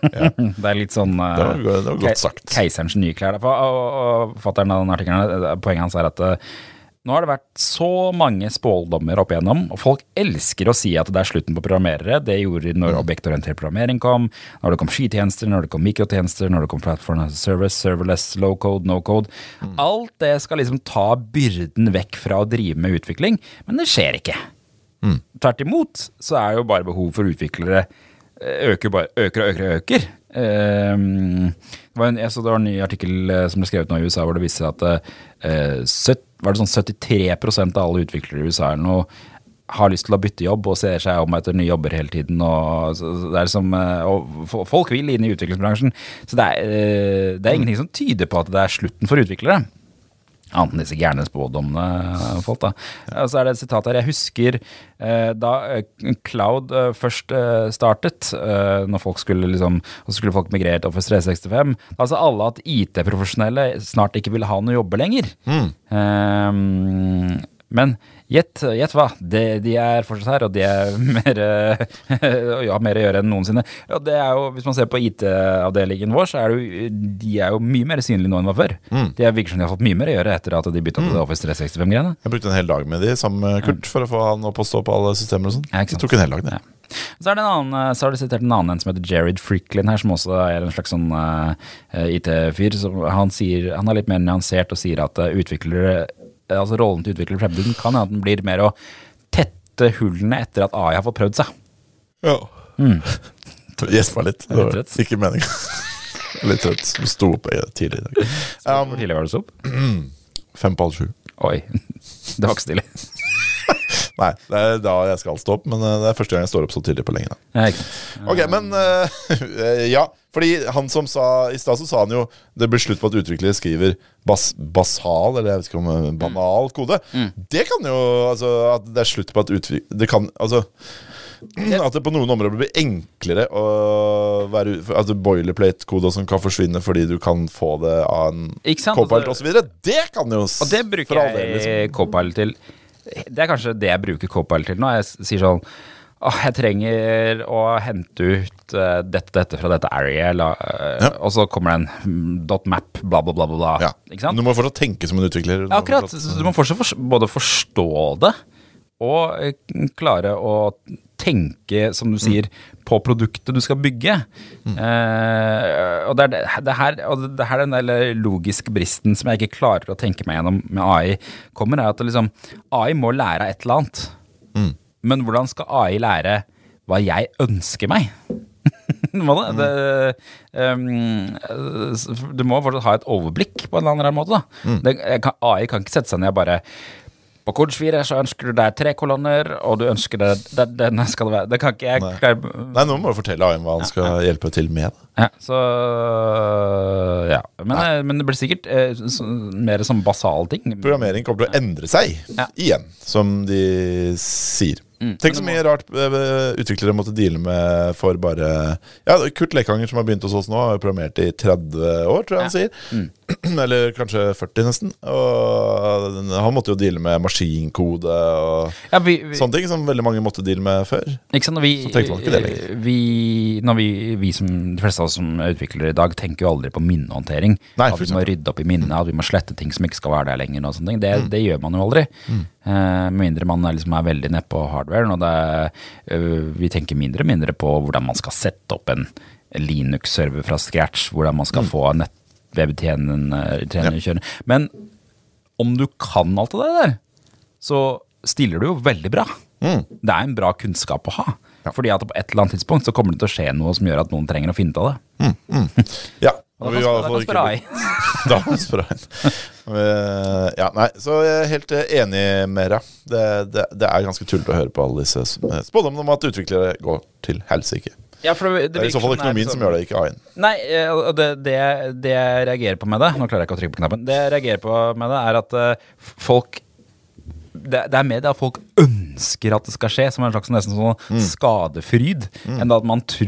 S1: det er litt sånn eh,
S2: Det var go- det var godt
S1: kei-
S2: sagt.
S1: Keiserens nye klær. da. For- Og, og forfatteren av den artikkelen, eh, poenget hans er at eh, nå har det vært så mange spåldommer opp igjennom, og folk elsker å si at det er slutten på programmerere. Det gjorde de når
S2: Mm.
S1: objektorientert programmering kom, når det kom skytjenester, når det kom mikrotjenester, når det kom platform as a service, serverless, low code, no code.
S2: Mm.
S1: Alt det skal liksom ta byrden vekk fra å drive med utvikling, men det skjer ikke. Tvert imot så er jo bare behovet for utviklere eh, øker, bare, øker og øker og øker. Ehm, det, var en, jeg så det var en ny artikkel eh, som ble skrevet nå i USA hvor det viste seg at eh, søt- var det sånn 73 av alle utviklere i USA eller noe har lyst til å bytte jobb og ser seg om etter nye jobber hele tiden. Og, så- så det er som, eh, og fo- folk vil inn i utviklingsbransjen. Så det er, eh, det er ingenting som tyder på at det er slutten for utviklere. Annet enn disse gærne spådommene folk, da. Eh, Så er det et sitat her. Jeg husker eh, da eh, Cloud eh, først eh, startet, eh, når folk skulle liksom Og så skulle folk migrere til Office 365. Da sa alle at IT-profesjonelle snart ikke ville ha noen jobber lenger. Eh, men gjett gjett hva. De, de er fortsatt her, og de er mer, eh, ja, mer å gjøre enn noensinne. Og det er jo, hvis man ser på IT-avdelingen vår, så er det jo, de er jo mye mer synlige nå enn de var før. De er- virker som de har fått mye mer å gjøre etter at de bytta til Office 365-greiene.
S2: Jeg brukte en hel dag med de sammen med Kurt for å få han opp og stå på alle systemer og sånn.
S1: Ja, ikke
S2: det
S1: sant.
S2: tok en hel dag, det.
S1: Ja. Så, er det en annen, eh, så har de sitert en annen en som heter Jared Fricklin her, som også er en slags sånn eh, IT-fyr. som Han, sier- han er litt mer nyansert og sier at eh, utviklere, eh, altså rollen til utvikler i fremtiden kan hende at den blir mer å tette hullene etter at AI har fått prøvd seg.
S2: Ja. Gjespa litt. Det var
S1: trøtt.
S2: Ikke meninga. Litt trøtt. Vi Sto opp eh, tidlig i dag.
S1: Hvor tidlig var du så opp?
S2: Fem på halv sju.
S1: Oi, det var ikke så tidlig.
S2: Nei, det er da jeg skal stå opp, men eh, det er første gang jeg står opp så tidlig på lenge. da
S1: Ja, ikke sant.
S2: Ok, men eh, Ja, fordi han som sa I stad så sa han jo det blir slutt på at utviklere skriver bas, basal, eller jeg vet ikke om eh, banal
S1: Mm.
S2: kode. Det kan jo Altså, at det er slutt på at utvik... Det kan Altså at det på noen områder blir enklere å være u- At boilerplate-kode og sånn kan forsvinne fordi du kan få det av en
S1: Ikke sant,
S2: copilot
S1: altså-
S2: og så videre Det kan jo s-
S1: Og det
S2: for
S1: bruker
S2: all del, liksom.
S1: jeg Copilot til. Det er kanskje det jeg bruker Copilot til nå. Jeg s- sier sånn Åh, jeg trenger å hente ut eh, dette, dette fra dette area, la, eh,
S2: Ja.
S1: og så kommer det en mm, dot .map, bla, bla, bla, bla, bla.
S2: Ja.
S1: Ikke sant?
S2: Du må fortsatt tenke som en utvikler. Du må
S1: Ja, akkurat.
S2: fortsatt-
S1: Så du må fortsatt fors- både forstå det, og eh, klare å tenke, som du sier, på produktet du skal bygge. Eh, og det er det, det her, og det her er den der logiske bristen som jeg ikke klarer å tenke meg gjennom med AI, kommer, er at det liksom, AI må lære av et eller annet. Men hvordan skal AI lære hva jeg ønsker meg? Må det? Det, um, s- du må fortsatt ha et overblikk på en eller annen rar måte. Da. Det, jeg kan, AI kan ikke sette seg ned og bare På kode 4 så ønsker du deg tre kolonner, og du ønsker deg den, den skal det være. Det kan ikke jeg
S2: Nei.
S1: klare
S2: Nei, nå må du fortelle AM hva han skal hjelpe til med.
S1: ja, Så ja. Men, eh, men det blir sikkert eh, så, mer som basale ting.
S2: Programmering kommer til å endre seg
S1: Ja. Mm.
S2: igjen, som de sier. Tenk så mye rart eh, utviklere måtte deale med for bare Ja, Kurt Lekanger, som har begynt hos oss nå, har jo programmert i 30 år, tror jeg han sier.
S1: Mm.
S2: Eller kanskje 40, nesten. Og han måtte jo deale med maskinkode og
S1: Ja, vi, vi,
S2: sånne ting som veldig mange måtte deale med før.
S1: Ikke sant, når vi,
S2: Så tenkte man ikke det lenger.
S1: Vi, når vi, vi som, de fleste av oss som er utviklere i dag tenker jo aldri på minnehåndtering.
S2: Nei,
S1: at
S2: for
S1: vi må rydde opp i minnet, at vi må slette ting som ikke skal være der lenger. Og sånne ting. Det,
S2: Mm.
S1: det gjør man jo aldri. Eh, Med mindre man er, liksom, er veldig nedpå hardwaren. Og det, er, øh, vi tenker mindre og mindre på hvordan man skal sette opp en Linux-server fra scratch. Hvordan man
S2: Mm.
S1: skal få nettvebtjener kjørende. Men om du kan alt av det der, så stiller du jo veldig bra. Det er en bra kunnskap å ha. Fordi at på et eller annet tidspunkt så kommer det til å skje noe som gjør at noen trenger å finne ut av det.
S2: Ja.
S1: Og
S2: vi
S1: da
S2: har i
S1: kan,
S2: hvert
S1: da
S2: fall
S1: kan
S2: ikke
S1: spare
S2: blitt-
S1: ei.
S2: Da var det sprang. Eh, ja, nei, så jeg er helt eh, enig med deg. Det, det, det er ganske tullete å høre på alle disse eh, spådommene om at utviklere går til helsike.
S1: Ja, for det,
S2: Det er sånn. i så fall økonomien som gjør det, ikke AI-en.
S1: Nei, eh, og det, det, det jeg reagerer på med det Nå klarer jeg ikke å trykke på knappen. Det jeg reagerer på med det, er at eh, f- folk det, det er mer det at folk ønsker at det skal skje, som en slags nesten sånn skadefryd, enn at man, tr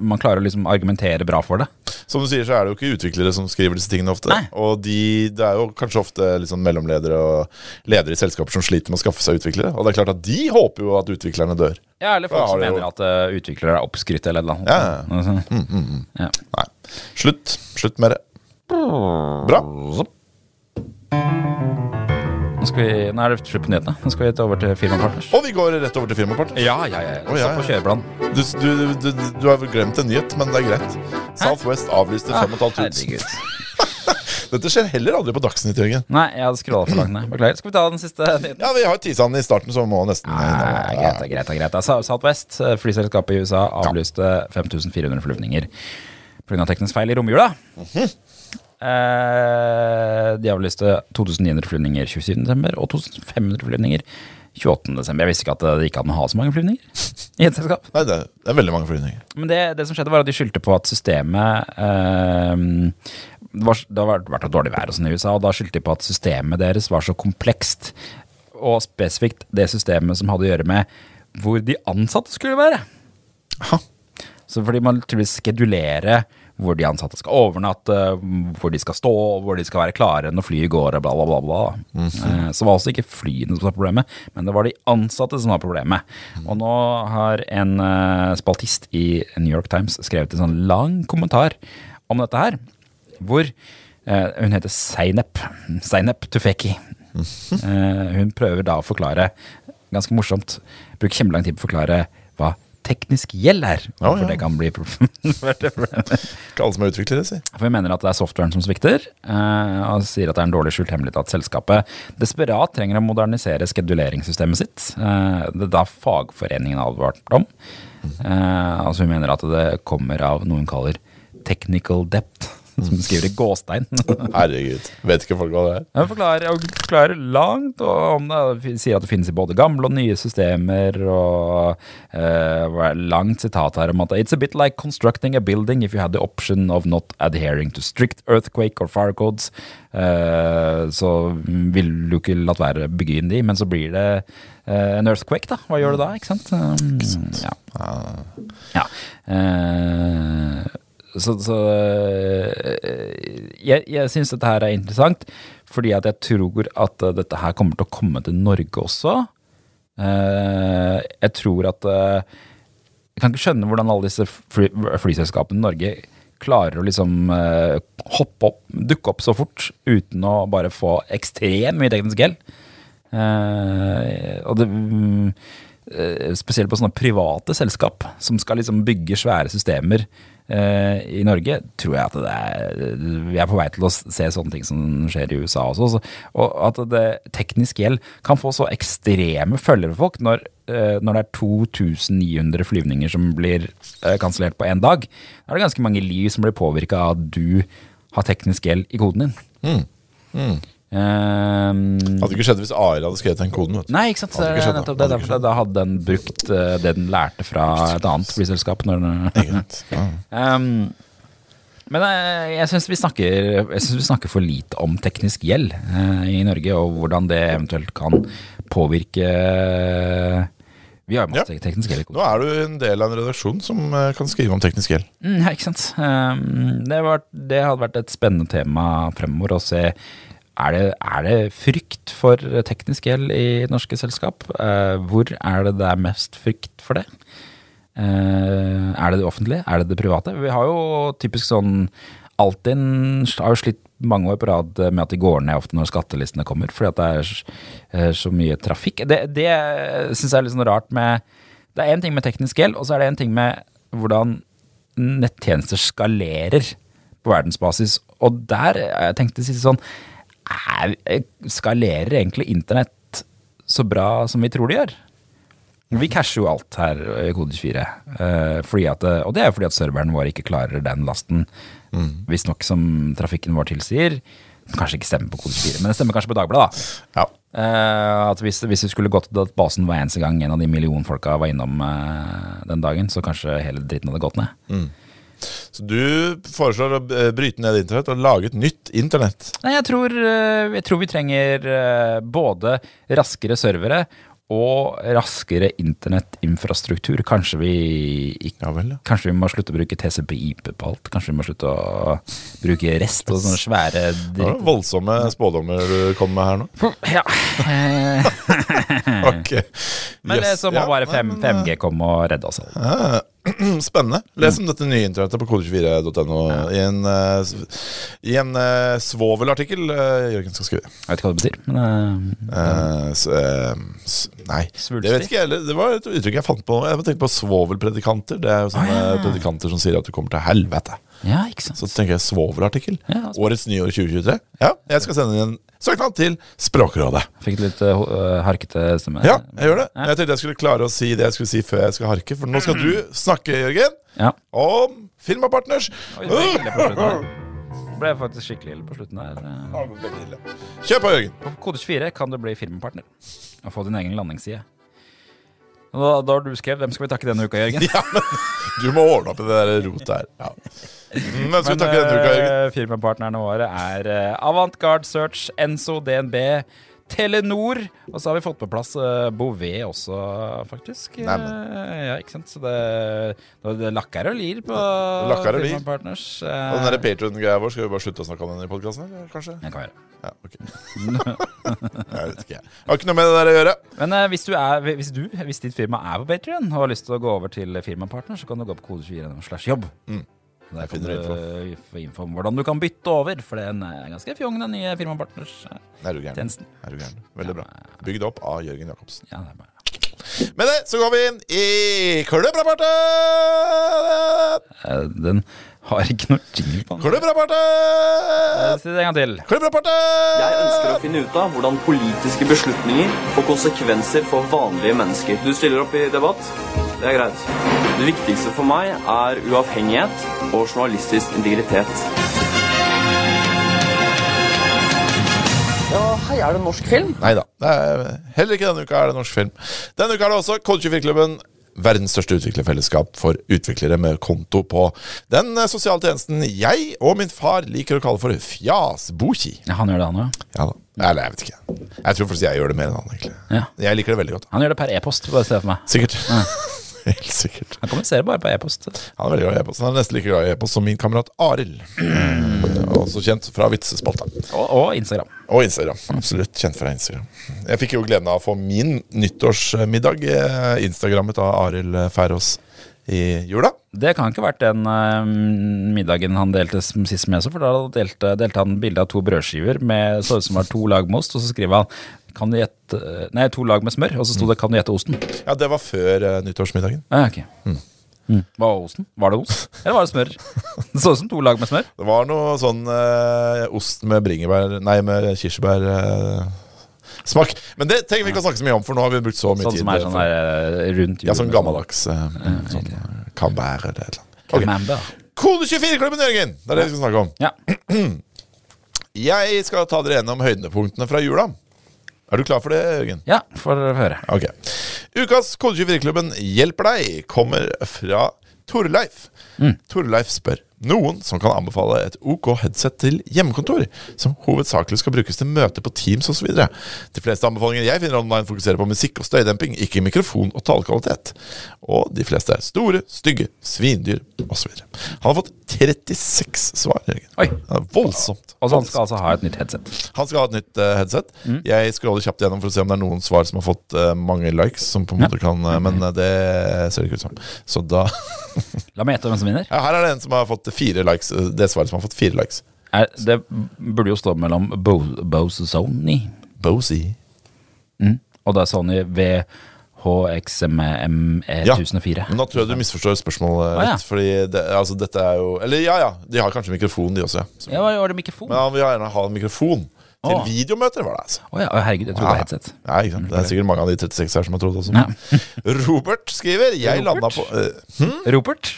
S1: man klarer å liksom argumentere bra for det.
S2: Som du sier, så er det jo ikke utviklere som skriver disse tingene ofte.
S1: Nei.
S2: Og de, det er jo kanskje ofte litt sånn mellomledere og ledere i selskaper som sliter med å skaffe seg utviklere. Og det er klart at de håper jo at utviklerne dør.
S1: Ja, eller folk
S2: Da har
S1: som
S2: det jo-
S1: mener at eh, utviklere er oppskrytt eller noe.
S2: Ja, Mm, ja,
S1: Ja.
S2: Nei. Slutt. Slutt med det. Bra.
S1: Nå, skal vi, nå er det slutt på nyhetene. Nå skal vi ta over til firmapartners.
S2: Og vi går rett over til firmapart.
S1: Ja, ja, ja.
S2: Å, ja,
S1: Satt på
S2: ja.
S1: kjøreplanen.
S2: Du, du, du, du, du har vel glemt en nyhet, men det er greit. Southwest avlyste 5500.
S1: Herregud.
S2: Dette skjer heller aldri på Dagsnytt, Jørgen.
S1: Nei, jeg hadde scrolla for langt ned. Beklager. Skal vi ta den siste nyheten?
S2: Ja, vi har tisanen i starten, så må nesten
S1: Nei, greit, da, greit, da, greit. da. Sa- Southwest, eh, flyselskapet i USA, avlyste 5400 flyvninger pga. teknisk feil i romjula. Eh, De avlyste 2900 flyvninger 27.12. og 2500 flyvninger 28.12. Jeg visste ikke at det gikk an å ha så mange flyvninger i et selskap.
S2: Nei, det er, det er veldig mange flyvninger.
S1: Men det, det som skjedde var at de skyldte på at systemet eh, det, var, det har vært- vært et dårlig vær og sånn i USA, og da skyldte de på at systemet deres var så komplekst, og spesifikt det systemet som hadde å gjøre med hvor de ansatte skulle være.
S2: Aha.
S1: Så fordi man tydeligvis skedulere hvor de ansatte skal overnatte, hvor de skal stå, hvor de skal være klare når flyet går, og bla, bla, bla. bla. Eh, Så var altså ikke flyene som var problemet, men det var de ansatte som var problemet. Og nå har en eh, spaltist i New York Times skrevet en sånn lang kommentar om dette her, hvor eh, hun heter Seinep, Seinep Tufeki. Eh, Hun prøver da å forklare, ganske morsomt, bruker kjempelang tid på å forklare hva teknisk gjeld er,
S2: Ja,
S1: hvorfor
S2: ja.
S1: det kan bli problem.
S2: Ikke alle som er utviklere, si.
S1: For vi mener at det er softwaren som svikter, eh, og sier at det er en dårlig skjult hemmelighet at selskapet desperat trenger å modernisere skeduleringssystemet sitt. Eh, Det er da fagforeningen advarte om. Eh, Altså hun mener at det kommer av noe hun kaller technical debt, som hun skriver i gåstein.
S2: Herregud. Vet ikke folk hva det er.
S1: Den forklarer, og forklarer langt og om det, og f- sier at det finnes i både gamle og nye systemer, og eh, hva er- langt sitat her om at It's a bit like constructing a building if you had the option of not adhering to strict earthquake or fire codes. Eh, så vil du ikke latt være å bygge inn de, men så blir det eh, en earthquake, da. Hva gjør du da, ikke sant? Um, Ja. Ja. Eh, så så eh, jeg, jeg syns dette her er interessant, fordi at jeg tror at eh, dette her kommer til å komme til Norge også. Eh, jeg tror at eh, Jeg kan ikke skjønne hvordan alle disse fly, flyselskapene i Norge klarer å liksom eh, hoppe opp, dukke opp så fort uten å bare få ekstremt mye teknisk gjeld. Eh, og det mm, eh, Spesielt på sånne private selskap som skal liksom bygge svære systemer eh, i Norge, tror jeg at det er Vi er på vei til å s- se sånne ting som skjer i USA også. Så, og at det teknisk gjeld kan få så ekstreme følger for folk når, eh, når det er 2900 flyvninger som blir eh, kansellert på én dag. Da er det ganske mange liv som blir påvirka av at du har teknisk gjeld i koden din. Ehm,
S2: Hadde ikke skjedd hvis AI hadde skrevet den koden. vet du
S1: Nei, ikke sant.
S2: Hadde
S1: Det
S2: ikke
S1: er
S2: skjedd, da.
S1: nettopp det.
S2: Hadde ikke
S1: Derfor, da hadde den brukt eh, det den lærte fra et annet flyselskap. Når den,
S2: Ikke sant? Ja.
S1: Ehm, men eh, jeg syns vi, snakker- jeg synes vi snakker for lite om teknisk gjeld eh, i Norge, og hvordan det eventuelt kan påvirke eh, Vi har jo masse
S2: Ja.
S1: teknisk gjeld. i
S2: Nå er du en del av en redaksjon som eh, kan skrive om teknisk gjeld.
S1: Mm, ja, ikke sant. Ehm, det, var, det hadde vært et spennende tema fremover å se. Er det, er det frykt for teknisk gjeld i norske selskap? Eh, hvor er det det er mest frykt for det? Eh, er det det offentlige? Er det det private? Vi har jo typisk sånn Altinn har jo slitt mange år på rad med at de går ned ofte når skattelistene kommer, fordi at det er s- eh, så mye trafikk. Det, det syns jeg er litt sånn rart med Det er én ting med teknisk gjeld, og så er det én ting med hvordan nettjenester skalerer på verdensbasis. Og der eh, jeg tenkte sist sånn er, Skalerer egentlig internett så bra som vi tror det gjør? Vi casher jo alt her i kode 24. eh, fordi at, det- og det er jo fordi at serveren vår ikke klarer den lasten visstnok som trafikken vår tilsier. Kanskje ikke stemmer på kode 24, men det stemmer kanskje på Dagbladet, da.
S2: Ja.
S1: Eh, at hvis, hvis vi skulle gått til basen hver eneste gang en av de millionfolka var innom eh, den dagen, så kanskje hele dritten hadde gått ned.
S2: Så du foreslår å eh, bryte ned internett og lage et nytt internett.
S1: Nei, jeg tror, eh, jeg tror vi trenger eh, både raskere servere og raskere internettinfrastruktur. Kanskje vi ikke
S2: Ja vel, ja.
S1: Kanskje vi må slutte å bruke TCP-IP på alt? Kanskje vi må slutte å bruke rest og sånne svære
S2: Det var
S1: dritt...
S2: voldsomme spådommer du kom med her nå.
S1: Ja. eh,
S2: Ok.
S1: Men
S2: Yes.
S1: eh, så må
S2: Ja,
S1: bare
S2: nei,
S1: 5,
S2: men,
S1: 5G komme og redde oss alle.
S2: eh, Spennende. Les om dette nye internettet på kode24.no i en, eh, s- i en eh, svovelartikkel eh, Jørgen skal skrive.
S1: Jeg vet ikke hva det betyr, men eh,
S2: Eh, s- eh, s- nei,
S1: Svulstig?
S2: det vet ikke jeg heller. Det var et uttrykk jeg fant på. nå. Jeg bare tenkte på svovelpredikanter. Det er jo sånne predikanter som sier at du kommer til helvete.
S1: Ja, ikke sant.
S2: Så tenker jeg svovelartikkel.
S1: Ja, altså.
S2: Årets nyår 2023. Ja, jeg skal sende inn en søknad til Språkrådet.
S1: Fikk litt eh, ho- eh, harkete stemme.
S2: Ja, jeg gjør det. Jeg tenkte jeg skulle klare å si det jeg skulle si før jeg skal harke, for nå skal
S1: Mm.
S2: du snakke, Jørgen,
S1: Ja.
S2: om Firma Partners.
S1: Oi, det ble ille på slutten her. Det ble faktisk skikkelig ille på slutten her. eh.
S2: Kjør på, Jørgen.
S1: På kode 24 kan du bli firmapartner og få din egen landingsside. Og Da, da har du skrevet 'Hvem skal vi takke denne uka', Jørgen?
S2: Ja, men du må ordne opp i det der rotet her. Ja. Mm, Men skal vi takke denne uka, Jørgen?
S1: eh, firmapartnerne våre er eh, Avantgarde Search, Enso, DNB, Telenor. Og så har vi fått på plass eh, Bouvet også, faktisk. Eh, ja, ikke sant? Så det, det, det lakker og lir på eh,
S2: lakker og lir.
S1: firmapartners.
S2: Og den der Patron-greia vår, skal vi bare slutte å snakke om den i podkasten, eller kanskje?
S1: Det kan være.
S2: Ja, ok. Jeg vet ikke, jeg. Har ikke noe med det der å gjøre.
S1: Men eh, hvis, du er, hvis, du, hvis ditt firma er på Patreon og har lyst til å gå over til firmapartner, så kan du gå på kode 24 slash jobb. Der kan
S2: finner
S1: du
S2: du info.
S1: eh, få info om hvordan du kan bytte over, for den er ganske fjong, den nye eh, firmapartners-tjenesten.
S2: Er du gæren? Er du gæren? Veldig bra. Bygd opp av Jørgen Jacobsen.
S1: Ja, det er bare
S2: Med det så går vi inn i klubbrapporten!
S1: Eh, Den har ikke noe jingle på den.
S2: Klubbrapporten!
S1: Si det en gang til.
S6: Jeg ønsker å
S2: Klubbrapporten!
S6: finne ut av hvordan politiske beslutninger får konsekvenser for vanlige mennesker. Du stiller opp i debatt. Det er greit. Det viktigste for meg er uavhengighet og journalistisk integritet.
S7: Ja, hei, er det norsk film?
S2: Nei da. Heller ikke denne uka er det norsk film. Denne uka er det også Kode24-klubben. Verdens største utviklerfellesskap for utviklere med konto på den eh, sosiale tjenesten jeg og min far liker å kalle for Fjasboki.
S1: Ja, han gjør det, han òg.
S2: Ja da. Eller jeg vet ikke. Jeg tror faktisk jeg gjør det mer enn han, egentlig.
S1: Ja.
S2: Jeg liker det veldig godt.
S1: Han gjør det per e-post, bare se for meg.
S2: Sikkert. Helt sikkert.
S1: Han kommuniserer bare på e-post.
S2: Han er veldig glad i e-post. Han er nesten like glad i e-post som min kamerat Arild. Eh, Også kjent fra vitsespalta.
S1: Og, og Instagram.
S2: Og Instagram. Absolutt kjent fra Instagram. Jeg fikk jo gleden av å få min nyttårsmiddag eh, instagrammet av Arild Færås i jula.
S1: Det kan ikke ha vært den eh, middagen han delte s- sist med, så, for da delte, delte han bilde av to brødskiver med så ut som var to lag med ost, og så skriver han kan du gjette, nei, to lag med smør, og så sto det 'kan du gjette osten'?
S2: Ja, det var før eh, nyttårsmiddagen.
S1: Ja, ok. Mm. Var osten? Var det ost, eller var det smør? Det så ut som to lag med smør.
S2: Det var noe sånn eh, ost med bringebær Nei, med kirsebær eh, smak. Men det trenger vi ikke å snakke så mye om, for nå har vi brukt så mye
S1: Sånn
S2: tid.
S1: som er sånn
S2: for-
S1: der eh, rundt
S2: ja, sånn
S1: med
S2: gammeldags eh, sånn, eh, camembert eller et eller annet. Ok.
S1: Camembert.
S2: Kode 24-klubben, Jørgen! Det er det vi skal snakke om.
S1: Ja.
S2: Jeg skal ta dere gjennom høydepunktene fra jula. Er du klar for det, Jørgen?
S1: Ja, får dere høre.
S2: Ok. Ukas Kode24-klubben Hjelper deg kommer fra Torleif.
S1: Mm.
S2: Torleif spør noen som kan anbefale et OK headset til hjemmekontor, som hovedsakelig skal brukes til møter på Teams osv. De fleste anbefalingene jeg finner online, fokuserer på musikk og støydemping, ikke mikrofon og talekvalitet. Og de fleste er store, stygge, svindyr osv. Han har fått 36 svar. Jørgen.
S1: Oi.
S2: Det er voldsomt.
S1: Og så han skal altså ha et nytt headset.
S2: Han skal ha et nytt eh, headset.
S1: Mm.
S2: Jeg scroller kjapt gjennom for å se om det er noen svar som har fått eh, mange likes. Som på en måte kan eh, Men eh, det ser det ikke ut som. Så da
S1: La meg gjette hvem som vinner.
S2: ja, Her er det en som har fått fire likes. eh, Det svaret som har fått fire likes.
S1: Er, Eh, det burde jo stå mellom Bo- Bose Sony,
S2: Bozy.
S1: og da er Sony E
S2: Ja.
S1: VHXMM1004.
S2: Men da tror jeg du misforstår spørsmålet eh,
S1: Ah, ja.
S2: litt. Fordi det, altså, dette er jo Eller ja, ja. De har kanskje mikrofon, de også. Ja. Så,
S1: Ja, var det mikrofon?
S2: men
S1: Å
S2: han vil gjerne ha en mikrofon. Til
S1: Å.
S2: videomøter, var det altså.
S1: ja, å, herregud, jeg trodde det var headset.
S2: Ja, ikke sant? Det er sikkert mange av de 36 her som har trodd også.
S1: Ja.
S2: Robert skriver Jeg landa på eh,
S1: Ropert?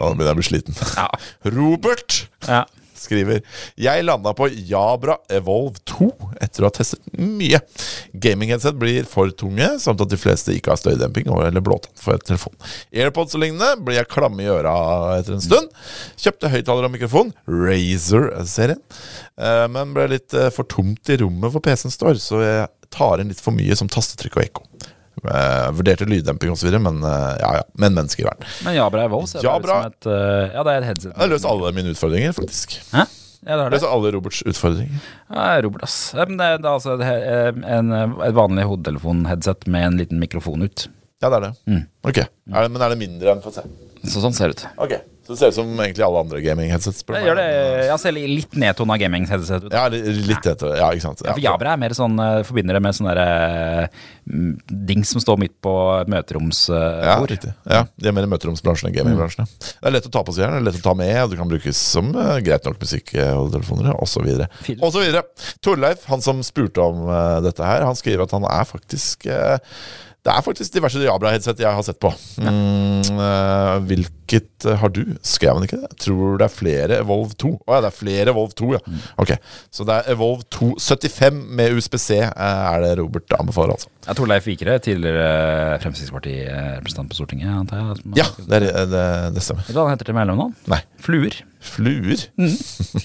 S2: Å, Nå begynner jeg å bli sliten.
S1: Ja.
S2: Robert
S1: ja.
S2: skriver Jeg landa på Jabra Evolve 2 etter å ha testet mye. Gaming-headset blir for tunge, samt at de fleste ikke har støydemping og- eller blåtann for telefon. AirPods og lignende blir jeg klamme i øra etter en stund. Kjøpte høyttaler og mikrofon, Razer-serien, eh, men ble litt eh, for tomt i rommet hvor PC-en står, så jeg tar inn litt for mye som tastetrykk og ekko. Eh, vurderte lyddemping osv., men eh, ja, ja. Men menneskevern.
S1: Men Jabra Evolve ser
S2: Jabra-
S1: det ut som et eh, Ja, det er et headset.
S2: Jeg har løst alle mine utfordringer, faktisk.
S1: Hæ? Ja, det har
S2: Jeg har
S1: det.
S2: løst alle Roberts utfordringer.
S1: Ja, Robert, ass. Ja, men Det det er altså et, he- en, eh, et vanlig hodetelefonheadset med en liten mikrofon ut.
S2: Ja, det er det.
S1: Mm.
S2: Ok, er det, Men er det mindre enn Få se.
S1: Så sånn ser det ut.
S2: Ok, Så det ser ut som egentlig alle andre gaming-headsets. spør du meg.
S1: Det gjør det. Jeg ser litt nedtona gaming-headset ut.
S2: Ja, li- litt etter. Ja, ikke sant. Ja,
S1: For Jabra er mer sånn, eh, forbinder det med sånn derre ding som står midt på et
S2: ja,
S1: møteromsbord. Eh,
S2: riktig. Ja, De er mer i møteromsbransjen enn gamingbransjen. ja. Det er lett å ta på seg her, det er lett å ta med, og det kan brukes som eh, greit nok musikkhodetelefoner, osv.
S1: Fint.
S2: videre Torleif, han som spurte om eh, dette her, han skriver at han er faktisk eh, det er faktisk diverse Jabra-headset jeg har sett på. Mm, eh, hvilket eh, har du? Skrev han ikke det? Tror det er flere Evolve 2. Å ja, det er flere Evolve 2, ja. Ok, Så det er Evolve 2 75 med USBC eh, er det Robert anbefaler, altså.
S1: Jeg tror Leif Vikerøe, tidligere Fremskrittsparti-representant på Stortinget, antar jeg.
S2: Ja, det, er, det, det stemmer.
S1: Vet du hva han heter til mellomnavn?
S2: Nei.
S1: Fluer.
S2: Fluer? Mm.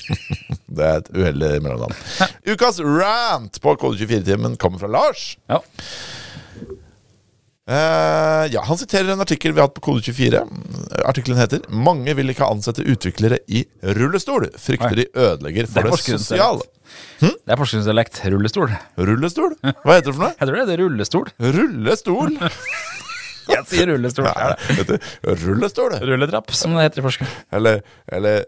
S2: det er et uheldig mellomnavn. Ukas rant på Kode24-timen kommer fra Lars.
S1: Ja.
S2: Eh, ja, Han siterer en artikkel vi har hatt på Kode24. Artikkelen heter 'Mange vil ikke ansette utviklere i rullestol'. Frykter de ødelegger for
S1: Det er
S2: det,
S1: forskuddsrett.
S2: sosiale.
S1: Det er Porsgrunnsdialekt. Rullestol.
S2: Rullestol? Hva heter det for noe?
S1: Heter det det? Rullestol?
S2: Rullestol!
S1: Jeg sier rullestol.
S2: Ja, vet du, rullestol.
S1: Rulletrapp, som det heter i Porsgrunn.
S2: Eller, eller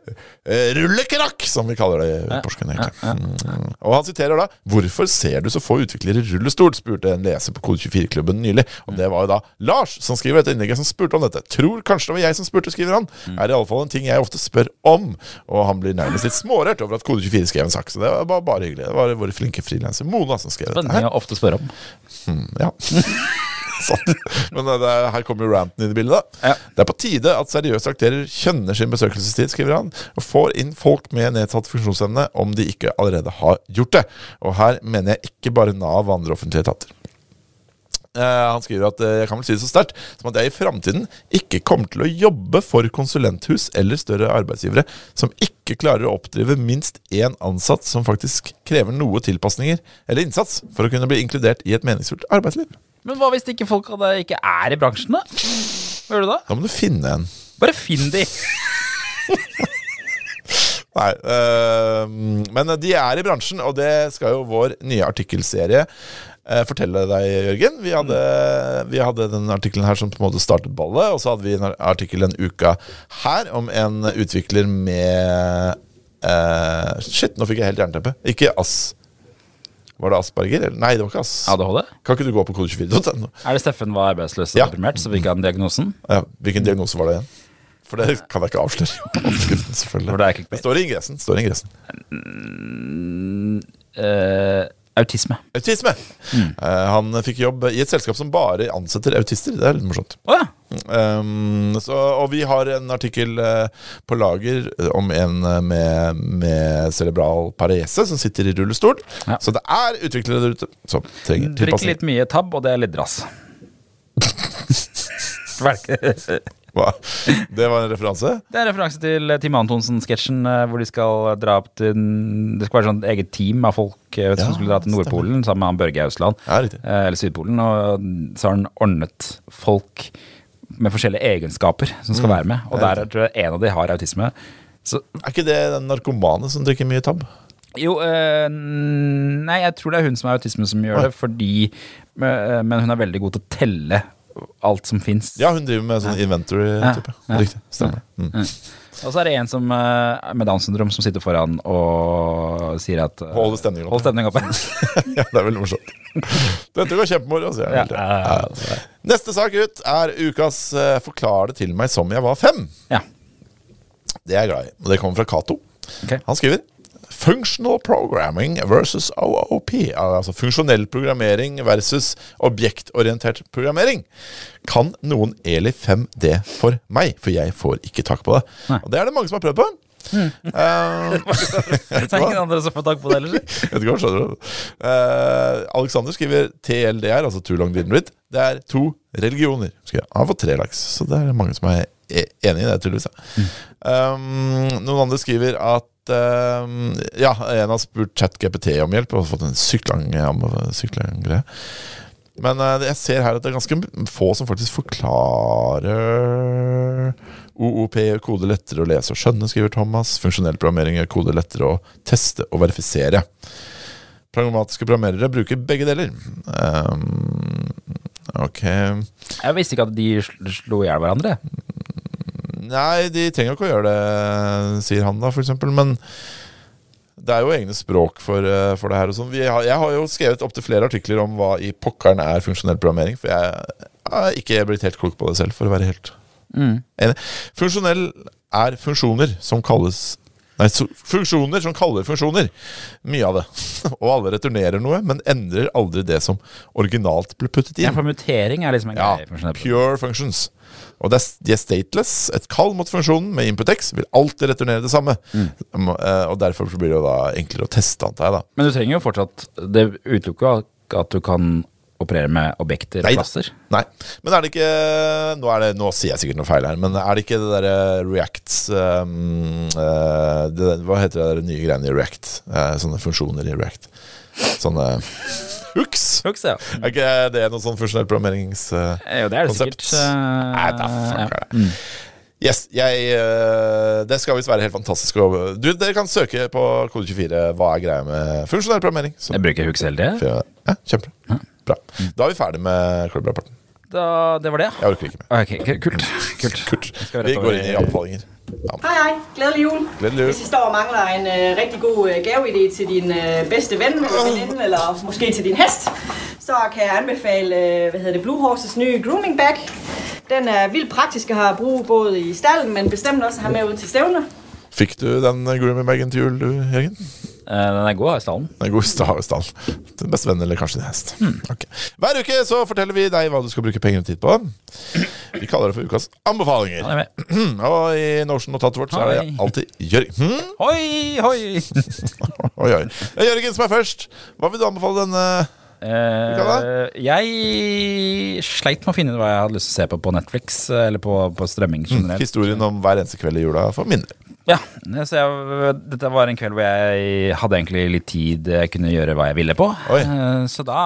S2: eh, rullekrakk, som vi kaller det i Porsgrunn. egentlig. Mm. Og han siterer da 'Hvorfor ser du så få utviklere i rullestol?' spurte en leser på Kode24-klubben nylig. Og det var jo da Lars som skriver dette innlegget, som spurte om dette. Tror kanskje det var jeg som spurte, skriver han. Er i alle fall en ting jeg ofte spør om. Og han blir nærmest litt smårørt over at Kode24 skrev en sak. Så det var bare, bare hyggelig. Det var våre flinke frilanser Mona som skrev dette.
S1: Den
S2: her.
S1: ting jeg ofte spør om.
S2: Ja. Sant. Men eh, det er, her kommer jo ranten inn i bildet. da.
S1: Ja.
S2: Det er på tide at seriøse aktører kjenner sin besøkelsestid, skriver han, og får inn folk med nedsatt funksjonsevne om de ikke allerede har gjort det. Og her mener jeg ikke bare Nav og andre offentlige etater. Eh, han skriver at eh, jeg kan vel si det så sterkt som at jeg i framtiden ikke kommer til å jobbe for konsulenthus eller større arbeidsgivere som ikke klarer å oppdrive minst én ansatt som faktisk krever noe tilpasninger eller innsats for å kunne bli inkludert i et meningsfullt arbeidsliv.
S1: Men hva hvis ikke folk av deg ikke er i bransjen, da? Hva gjør du da?
S2: Da må du finne en.
S1: Bare finn de.
S2: Nei, øh, men de er i bransjen, og det skal jo vår nye artikkelserie eh, fortelle deg, Jørgen. Vi hadde,
S1: Mm.
S2: vi hadde den artikkelen her som på en måte startet ballet, og så hadde vi en ar- artikkel denne uka her om en utvikler med eh, Shit, nå fikk jeg helt jernteppe. Ikke ass... Var det asperger? eller? Nei, det var ikke ass.
S1: ADHD?
S2: Kan ikke du gå på kode24.no?
S1: Er det Steffen var arbeidsløs og
S2: Ja.
S1: deprimert, så fikk han diagnosen?
S2: Ja, hvilken diagnose var det igjen? For det kan jeg ikke avsløre. Overskriften,
S1: For det er
S2: selvfølgelig.
S1: clickbait.
S2: Det står i ingressen. Står i ingressen.
S1: Eh, Autisme.
S2: Autisme! Eh, han fikk jobb i et selskap som bare ansetter autister. Det er litt morsomt.
S1: Å ja.
S2: Um, så, og vi har en artikkel eh, på lager om en eh, med, med cerebral parese som sitter i rullestol.
S1: Ja.
S2: Så det er utviklere der ute som trenger
S1: Drikker
S2: tilpasning.
S1: litt mye tab, og det er litt drass. Velke-
S2: Hva? Det var en referanse.
S1: Det er en referanse til eh, Tim Antonsen-sketsjen eh, hvor de skal dra opp til Det skal være sånn eget team av folk eh, som
S2: Ja,
S1: skulle dra til Nordpolen sammen med han Børge Ausland.
S2: Ja, riktig.
S1: eh, eller Sydpolen. Og så har han ordnet folk med forskjellige egenskaper som
S2: Mm.
S1: skal være med. Og der tror jeg en av de har autisme. Så,
S2: Er ikke det den narkomane som drikker mye tab?
S1: jo, eh, nei, jeg tror det er hun som har autisme som gjør det, fordi Men men hun er veldig god til å telle alt som fins.
S2: Ja, hun driver med sånn inventory-type.
S1: Ja.
S2: Riktig. Stemmer. det. Mm.
S1: Og så er det en som, eh, med Downs syndrom som sitter foran og sier at eh,
S2: Holde stemningen oppe.
S1: Hold stemning oppe.
S2: ja, det er veldig morsomt. Dette går kjempemoro. Altså, jeg er
S1: ja,
S2: helt-
S1: ja,
S2: Neste sak ut er ukas eh, 'Forklar det til meg som jeg var fem'.
S1: ja.
S2: Det er jeg glad i. Og det kommer fra Cato.
S1: Ok.
S2: Han skriver Functional programming versus OOP. Altså funksjonell programmering versus objektorientert programmering. Kan noen Eli 5 det for meg? For jeg får ikke tak på det. Og det er det mange som har prøvd på. Eh,
S1: Så er Mm. det ingen andre som får tak på det ellers?
S2: jeg vet ikke hva, skjønner du? Eh, Alexander skriver TLDR, altså Too Long Didn't Read. Det er to religioner. Skriver. han. Han har fått tre laks, så det er mange som er e- enig i det, tydeligvis. ja. Um, noen andre skriver at um, Ja, en har spurt ChatGPT om hjelp og fått en sykt lang om- sykt lang greie. Men eh, jeg ser her at det er ganske få som faktisk forklarer OOP gjør kode lettere å lese og skjønne, skriver Thomas. Funksjonell programmering gjør kode lettere å teste og verifisere. Pragmatiske programmerere bruker begge deler. Ehm, ok
S1: Jeg visste ikke at de sl- slo i hjel hverandre.
S2: Nei, de trenger jo ikke å gjøre det, sier han da, for eksempel. Men det er jo egne språk for, eh, for det her. og sånn. Vi har- Jeg har jo skrevet opptil flere artikler om hva i pokkeren er funksjonell programmering, for jeg er ikke blitt helt klok på det selv, for å være helt enig. Funksjonell er funksjoner som kalles Nei, so- funksjoner som kaller funksjoner. Mye av det. Og alle returnerer noe, men endrer aldri det som originalt ble puttet
S1: Ja,
S2: inn.
S1: for mutering er liksom en
S2: Ja,
S1: greie. for sånne-
S2: pure functions. Og det er, de er stateless. Et kall mot funksjonen med InputX vil alltid returnere det samme. Um, eh, Og derfor så blir det jo da enklere å teste, antar jeg. da
S1: Men du trenger jo fortsatt Det utelukker jo ikke at du kan operere med objekter og
S2: Nei da.
S1: plasser.
S2: Nei. Men er det ikke Nå, er det, nå sier jeg sikkert noe feil her, men er det ikke det derre Reacts um, eh, det, der- Hva heter det der nye greiene i React? Eh, sånne funksjoner i React. Sånne hooks.
S1: Hooks, ja.
S2: Er ikke det noe sånn funksjonell programmerings... eh,
S1: Eh, Jo, det er det
S2: Konsept.
S1: sikkert. eh,
S2: Nei, da fuck
S1: ja. Mm.
S2: er det. Yes, jeg, eh, det skal visst være helt fantastisk. å- Du, dere kan søke på kode24 hva er greia med funksjonell programmering. Så,
S1: Jeg bruker hooks hele tiden.
S2: ja, kjempebra. Bra. Da er vi ferdig med klubbrapporten.
S1: Da- Det var det.
S2: Jeg orker ikke mer.
S1: Ok, k- kult. kult.
S2: Kurt,
S1: Skal vi
S2: vi
S1: rett
S2: går
S1: over-
S2: inn i anbefalinger.
S8: Hej hej, glædelig jul.
S2: Glædelig jul.
S8: Hvis I står og mangler en øh, rigtig god øh, gaveidé til din øh, bedste ven eller veninde, eller måske til din hest, så kan jeg anbefale øh, hvad hedder det, Blue Horses nye grooming bag. Den er vildt praktisk at have at bruge både i stallen, men bestemt også at have med ud til stævner.
S2: Fikk du den eh, grooming-bagen til jul, du, Jørgen?
S1: Eh, Den er god, i stallen.
S2: Den gode sta- stand. Din beste venn, eller kanskje din hest. Ok. Hver uke så forteller vi deg hva du skal bruke penger og tid på. Vi kaller det for ukas anbefalinger.
S1: Han er med.
S2: Og i Notion-notatet vårt så er det
S1: Hei.
S2: alltid Jørgen. Hmm?
S1: Hoi, hoi!
S2: Oi, oi. Det er Jørgen som er først. Hva vil du anbefale denne?
S1: Eh, jeg sleit med å finne ut hva jeg hadde lyst til å se på på Netflix, eh, eller på, på strømming
S2: Mm,
S1: generelt.
S2: Historien om hver eneste kveld i jula for min del.
S1: Ja, så jeg, Dette var en kveld hvor jeg hadde egentlig litt tid jeg kunne gjøre hva jeg ville på.
S2: Oi.
S1: Eh, så da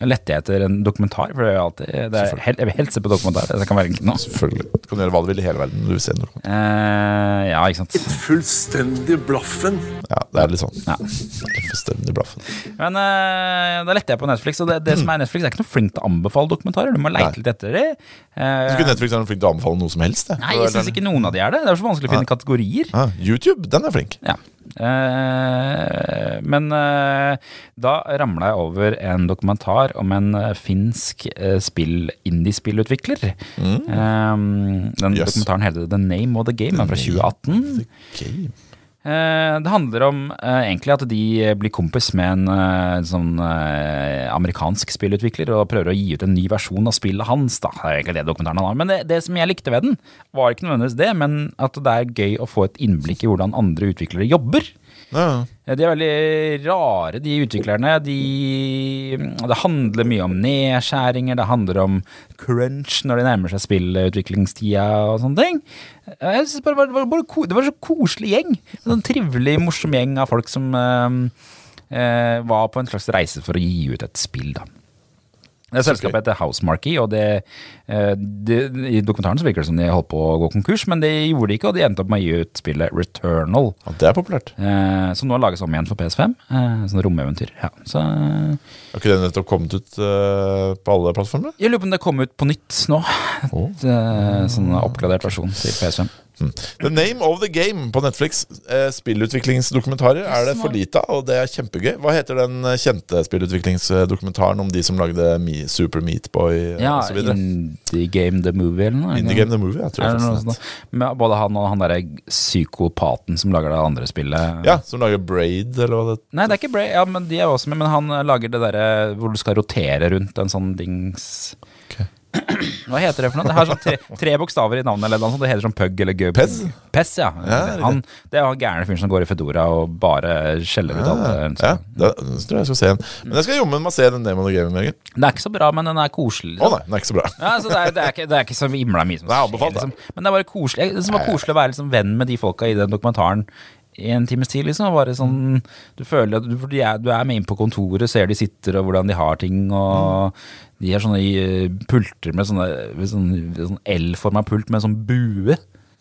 S1: lette jeg etter en dokumentar, for det er jo alltid det er, hel- Jeg vil helst se på dokumentar. Det kan være ikke noe.
S2: Selvfølgelig. Du kan gjøre hva du vil i hele verden. Du vil se noe.
S1: Eh, ja, ikke sant.
S3: Fullstendig blaffen.
S2: Ja, det er litt sånn.
S1: Ja.
S2: Det er Fullstendig blaffen.
S1: Men eh, da lette jeg på Netflix, og det, det som er Netflix, er ikke noe flink til å anbefale dokumentarer. Du må leite litt etter de. Eh,
S2: Skulle Netflix være flink til å anbefale noe som helst? det.
S1: nei, jeg syns ikke noen av de er det. Det er så vanskelig å finne kategorier.
S2: Ah, YouTube, den er flink.
S1: Ja. Eh, men eh, da ramla jeg over en dokumentar om en eh, finsk eh, spill, indiespillutvikler. Eh, den
S2: Yes.
S1: Mm. dokumentaren heter The Name of the Game, den er fra 2018.
S2: Game.
S1: Eh, Det handler om eh, egentlig at de eh, blir kompis med en eh, sånn eh, amerikansk spillutvikler og prøver å gi ut en ny versjon av spillet hans. Da. Det er egentlig det dokumentaren han har. Men det, det som jeg likte ved den, var ikke nødvendigvis det, men at det er gøy å få et innblikk i hvordan andre utviklere jobber.
S2: Ja.
S1: Eh, De er veldig rare, de utviklerne. De, det handler mye om nedskjæringer, det handler om crunch når de nærmer seg spillutviklingstida og sånne ting. Eh, Jeg synes bare, det var- det, var bare ko, det var en så koselig gjeng. En sånn trivelig, morsom gjeng av folk som eh, eh, var på en slags reise for å gi ut et spill, da. Det selskapet heter Housemarque, og det, eh, det, i dokumentaren så virker det som de holdt på å gå konkurs, men det gjorde de ikke, og de endte opp med å gi ut spillet Returnal.
S2: ja, det er populært.
S1: Eh, som nå lages om igjen for PS5. Eh, sånn romeventyr. Ja. Så eh,
S2: Har ikke det nettopp kommet ut eh, på alle plattformer?
S1: jeg lurer på om det kom ut på nytt nå.
S2: Oh.
S1: Eh, sånn oppgradert versjon til PS5.
S2: Hm. The Name of the Game på Netflix. Eh, spillutviklingsdokumentarer er det for lite av, og det er kjempegøy. Hva heter den eh, kjente spillutviklingsdokumentaren om de som lagde Me Super eh, Meatboy
S1: Ja,
S2: osv.?
S1: Indie Game The Movie eller noe.
S2: Indie Game The Movie, jeg tror
S1: Er
S2: jeg
S1: det noe
S2: faktisk.
S1: sånt
S2: det
S1: da? Med både han og han derre psykopaten som lager det andre spillet.
S2: het. Ja, som lager Braid, eller hva det
S1: Nei, det er ikke Bray, ja, men de er jo også med, men han eh, lager det derre hvor du skal rotere rundt en sånn dings
S2: Ok.
S1: Hva heter det for noe? Det har sånn tre, tre bokstaver i navnet, eller noe sånt. Det heter sånn pug eller gub.
S2: Pez?
S1: Pez, ja.
S2: riktig.
S1: han, det er han gærne fyren som går i Fedora og bare skjeller ut alle. liksom.
S2: Ja, det, det tror jeg jeg skal se en.
S1: Mm.
S2: Men jeg skal jobbe med å se den Name of the Game. Jørgen.
S1: Den er ikke så bra, men den er koselig. liksom.
S2: Å nei, den er ikke så bra.
S1: Ja, altså, det, er, det, er ikke, det er ikke så himla mye som
S2: Det er anbefalt, da.
S1: liksom. Men det er bare koselig Det som var koselig å være liksom, venn med de folka i den dokumentaren i en times tid. Liksom. Og
S2: Mm.
S1: Bare sånn, du føler at du, for de er, du er med inn på kontoret, ser de sitter og hvordan de har ting.
S2: Mm.
S1: Og De har sånne eh, pulter med sånne, med sånn, sånn L-forma pult med en sånn bue.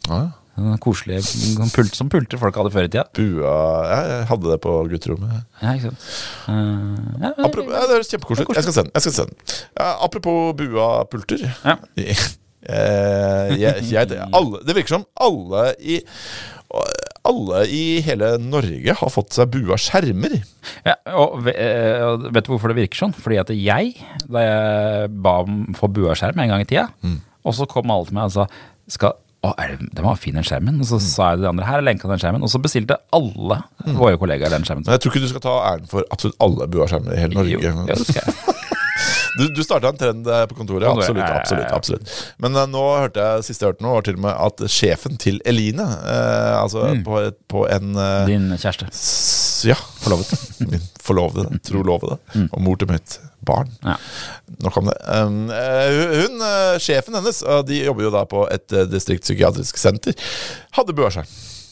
S2: Ja, ja.
S1: Sånn Koselige sånn pult, som pulter folk hadde før i tida.
S2: Bua Jeg jeg hadde det på gutterommet.
S1: Ja, ikke sant? Eh, ja, men-
S2: Apropos, ja, det høres kjempekoselig ut. Jeg skal se den. Jeg skal se den. Ja, apropos bua-pulter.
S1: Ja.
S2: Eh, jeg, jeg, alle, det virker som alle i alle i hele Norge har fått seg bua skjermer.
S1: Ja, og ve- eh, og vet du hvorfor det virker sånn? Fordi at jeg, da jeg ba om å få buaskjerm en gang i tida,
S2: Mm.
S1: og så kom alle til meg og sa skal, å, er det, den var fin den skjermen, og
S2: Mm.
S1: så sa jeg til de andre her, lenka den skjermen, og så bestilte alle våre kollegaer den skjermen.
S2: Men jeg tror ikke du skal ta æren for absolutt alle bua-skjermer i hele
S1: Jo,
S2: Norge.
S1: ja, det skal jeg.
S2: Du, du starta en trend eh, på kontoret.
S1: Kontoret,
S2: Absolutt.
S1: ja, ja, ja.
S2: absolutt, absolutt Men eh, nå hørte jeg siste jeg hørte nå, var til og med at sjefen til Eline, eh, altså
S1: Mm.
S2: på, på en eh,
S1: Din kjæreste.
S2: S- Ja.
S1: Forlovet.
S2: Min forlovede. Trolovede. Og mor til mitt barn.
S1: Ja.
S2: Nok om det. Um, eh, hun- hun, eh, Sjefen hennes, eh, de jobber jo da på et eh, distriktspsykiatrisk senter, hadde bua seg.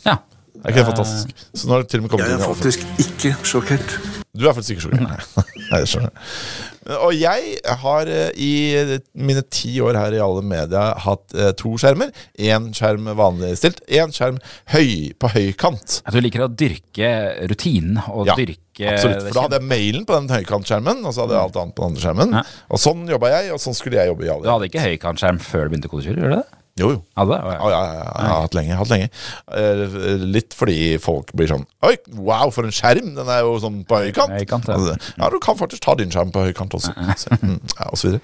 S1: Ja.
S2: Er ikke det fantastisk? Så nå har det til og med kommet
S3: Jeg
S2: inn i
S3: er
S2: offentlig-
S3: faktisk ikke sjokkert.
S2: Du er faktisk ikke sjokker. Nei, jeg skjønner. Og jeg har eh, i mine ti år her i alle media hatt eh, to skjermer. Én skjerm vanlig stilt, én skjerm høy, på høykant.
S1: At du liker å dyrke rutinen og dyrke
S2: Absolutt. For da hadde jeg mailen på den høykantskjermen, og så hadde jeg alt annet på den andre skjermen.
S1: Ja.
S2: Og sånn jobba jeg, og sånn skulle jeg jobbe i
S1: Du
S2: alle.
S1: hadde ikke høykantskjerm før du begynte å kodekjøre, gjorde du det?
S2: Jo, jo.
S1: Hadde det? Å,
S2: Ja, ja, ja, ja, jeg har hatt lenge. jeg har hatt lenge Eh, Litt fordi folk blir sånn Oi, wow, for en skjerm! Den er jo sånn på høykant.
S1: Høykant, ja.
S2: Altså, ja, du kan faktisk ta din skjerm på høykant også. Så, mm, ja, og så videre.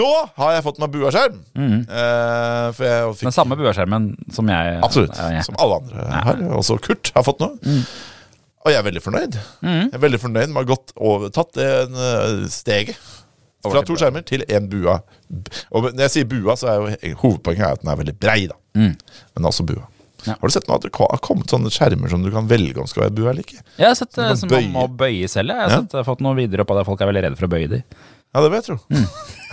S2: Nå har jeg fått meg buaskjerm!
S1: Mm.
S2: Eh, for jeg fikk
S1: Den samme buaskjermen som jeg
S2: Absolutt.
S1: Ja, Mm. ja.
S2: Som alle andre har. Også Kurt har fått noe. Og jeg er veldig fornøyd. Jeg
S1: Mm.
S2: er veldig fornøyd med å ha gått over, tatt det eh, steget. Fra to skjermer til én bua. Og når jeg sier bua, så er jo hovedpoenget er at den er veldig brei, da. Men også bua.
S1: Mm. Ja.
S2: Har du sett nå at det ko- har kommet sånne skjermer som du kan velge om skal være bua eller ikke?
S1: Jeg har sett eh,
S2: kan
S1: som
S2: bøye.
S1: man må bøye selv. Jeg har
S2: Ja.
S1: sett, jeg har fått noen videoer på det. Folk er veldig redde for å bøye de.
S2: Ja, det vil jeg tro.
S1: Mm.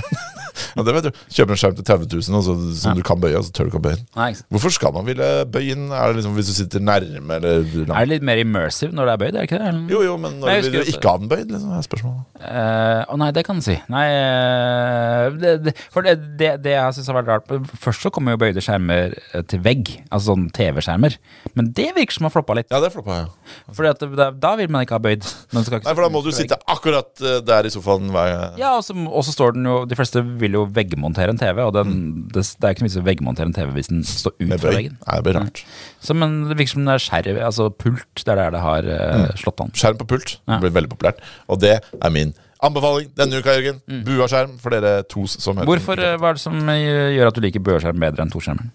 S2: ja, det vil jeg tro. Kjøper en skjerm til 30 000 og så- som du kan bøye, og så tør du ikke å bøye den.
S1: Nei, ikke sant.
S2: Hvorfor skal man ville bøye den? Er det liksom hvis du sitter nærme eller langt?
S1: Er det litt mer immersive når det er bøyd? Er det ikke det? Eller-
S2: Jo, jo, men
S1: Mm. Nei,
S2: når
S1: jeg
S2: vil du
S1: husker at-
S2: ikke ha den bøyd? Liksom, er spørsmålet.
S1: Eh, Å nei, det kan du si. Nei, eh, det, det, for det, det, det jeg syns har vært rart Først så kommer jo bøyde skjermer eh, til vegg, altså sånn TV-skjermer. Men det virker som å ha floppa litt.
S2: Ja, det floppa jeg.
S1: Fordi at det, da vil man ikke ha bøyd. Men skal ikke
S2: Nei, for da må du sitte akkurat eh, der i sofaen hver gang.
S1: Ja, og så- og så står den jo De fleste vil jo veggmontere en TV, og den, det, det er ikke noe vits i å veggmontere en TV hvis den står ut
S2: Med
S1: fra
S2: bøy.
S1: veggen. Mm.
S2: Nei, det blir rart.
S1: Så, men det virker som det er skjerv, altså pult, det er der det har
S2: Mm.
S1: eh, slått an.
S2: Skjerm på pult det blir veldig populært. Og det er min anbefaling denne uka, Jørgen.
S1: Mm.
S2: Bua skjerm for dere to som hører
S1: eh, Hvorfor, eh, hva er det som eh, gjør at du liker børskjerm bedre enn toskjermen?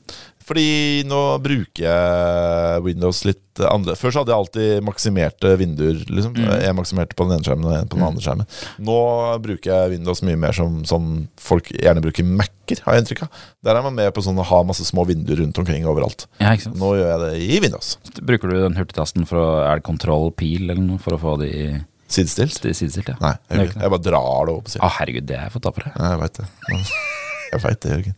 S2: Fordi nå bruker jeg Windows litt annerledes. Før så hadde jeg alltid maksimerte vinduer. Liksom. Jeg maksimerte på den ene skjermen og jeg på den andre skjermen. Nå bruker jeg Windows mye mer som, som folk gjerne bruker Mac-er, har jeg inntrykk av. Der er man med på sånn å ha masse små vinduer rundt omkring overalt.
S1: Ja, ikke sant?
S2: Nå gjør jeg det i Windows.
S1: Bruker du den hurtigtasten for å Er det kontroll pil eller noe for å få de,
S2: Sidestilt?
S1: de sidestilt? Ja.
S2: Nei, jeg, gjør
S1: Det er
S2: ikke
S1: jo ikke
S2: det.
S1: det.
S2: jeg bare drar det over på siden.
S1: Å, herregud, det har jeg fått ta på deg.
S2: Nei, Jeg veit det. Men- Jeg veit det, Jørgen.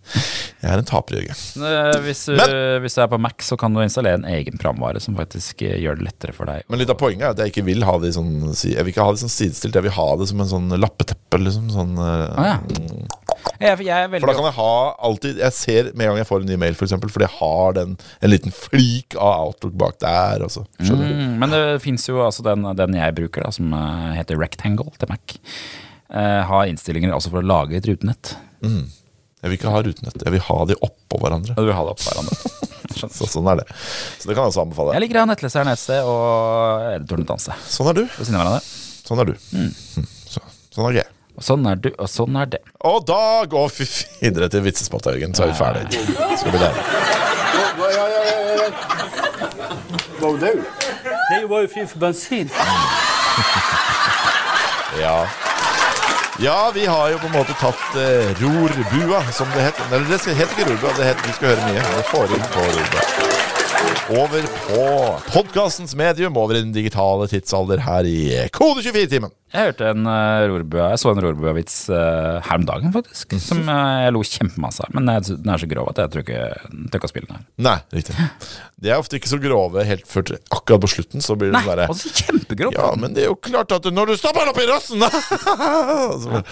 S2: Jeg er en taper, Jørgen.
S1: Eh, Hvis du,
S2: Men-
S1: hvis du er på Mac, så kan du installere en egen programvare som faktisk eh, gjør det lettere for deg.
S2: Men litt av poenget er at jeg ikke vil ha det i sånn si- Jeg vil ikke ha det sånn sidestilt, jeg vil ha det som en sånn lappeteppe, liksom. Sånn, eh,
S1: Ah, ja. jeg, jeg er
S2: For da
S1: veldig
S2: kan jeg ha alltid Jeg ser med en gang jeg får en ny mail, f.eks., for eksempel, fordi jeg har den, en liten flik av Outlook bak der. Også. Skjønner du?
S1: Mm, Men det fins jo altså den, den jeg bruker, da, som eh, heter Rectangle til Mac. Eh, har innstillinger også for å lage et rutenett.
S2: Jeg vil ikke ha rutenett. Jeg vil ha de oppå hverandre.
S1: Og du vil ha det opp hverandre.
S2: Så sånn er det. Så det kan jeg også anbefale.
S1: Jeg liker å ha nettleseren et sted og editoren et annet sted.
S2: Sånn er du.
S1: Ved siden av hverandre.
S2: Sånn er du. Mm. Så, sånn er jeg.
S1: Og sånn er du, og sånn er det.
S2: Og da går vi videre til vitsespalta, Jørgen. Så er vi ferdige. Skal vi lære.
S9: Nej, jag var ju fri för bensin.
S2: Ja. Ja, vi har jo på en måte tatt eh, rorbua, som det het. Eller det skal- het ikke rorbua, det het Vi skal høre mye. Det får inn på rorbua. Over på podkastens medium, over i den digitale tidsalder her i Kode 24-timen.
S1: Jeg hørte en eh, rorbua, jeg så en rorbua-vits eh, her om dagen, faktisk. Som eh, jeg lo kjempemasse av. Men jeg, den er så grov at jeg tør ikke, tør ikke å spille den her.
S2: Nei, riktig. De er ofte ikke så grove helt før til- akkurat på slutten. Så blir det
S1: Nei,
S2: sånn derre
S1: altså kjempegrov.
S2: Ja, men det er jo klart at når du stapper den opp i rassen så,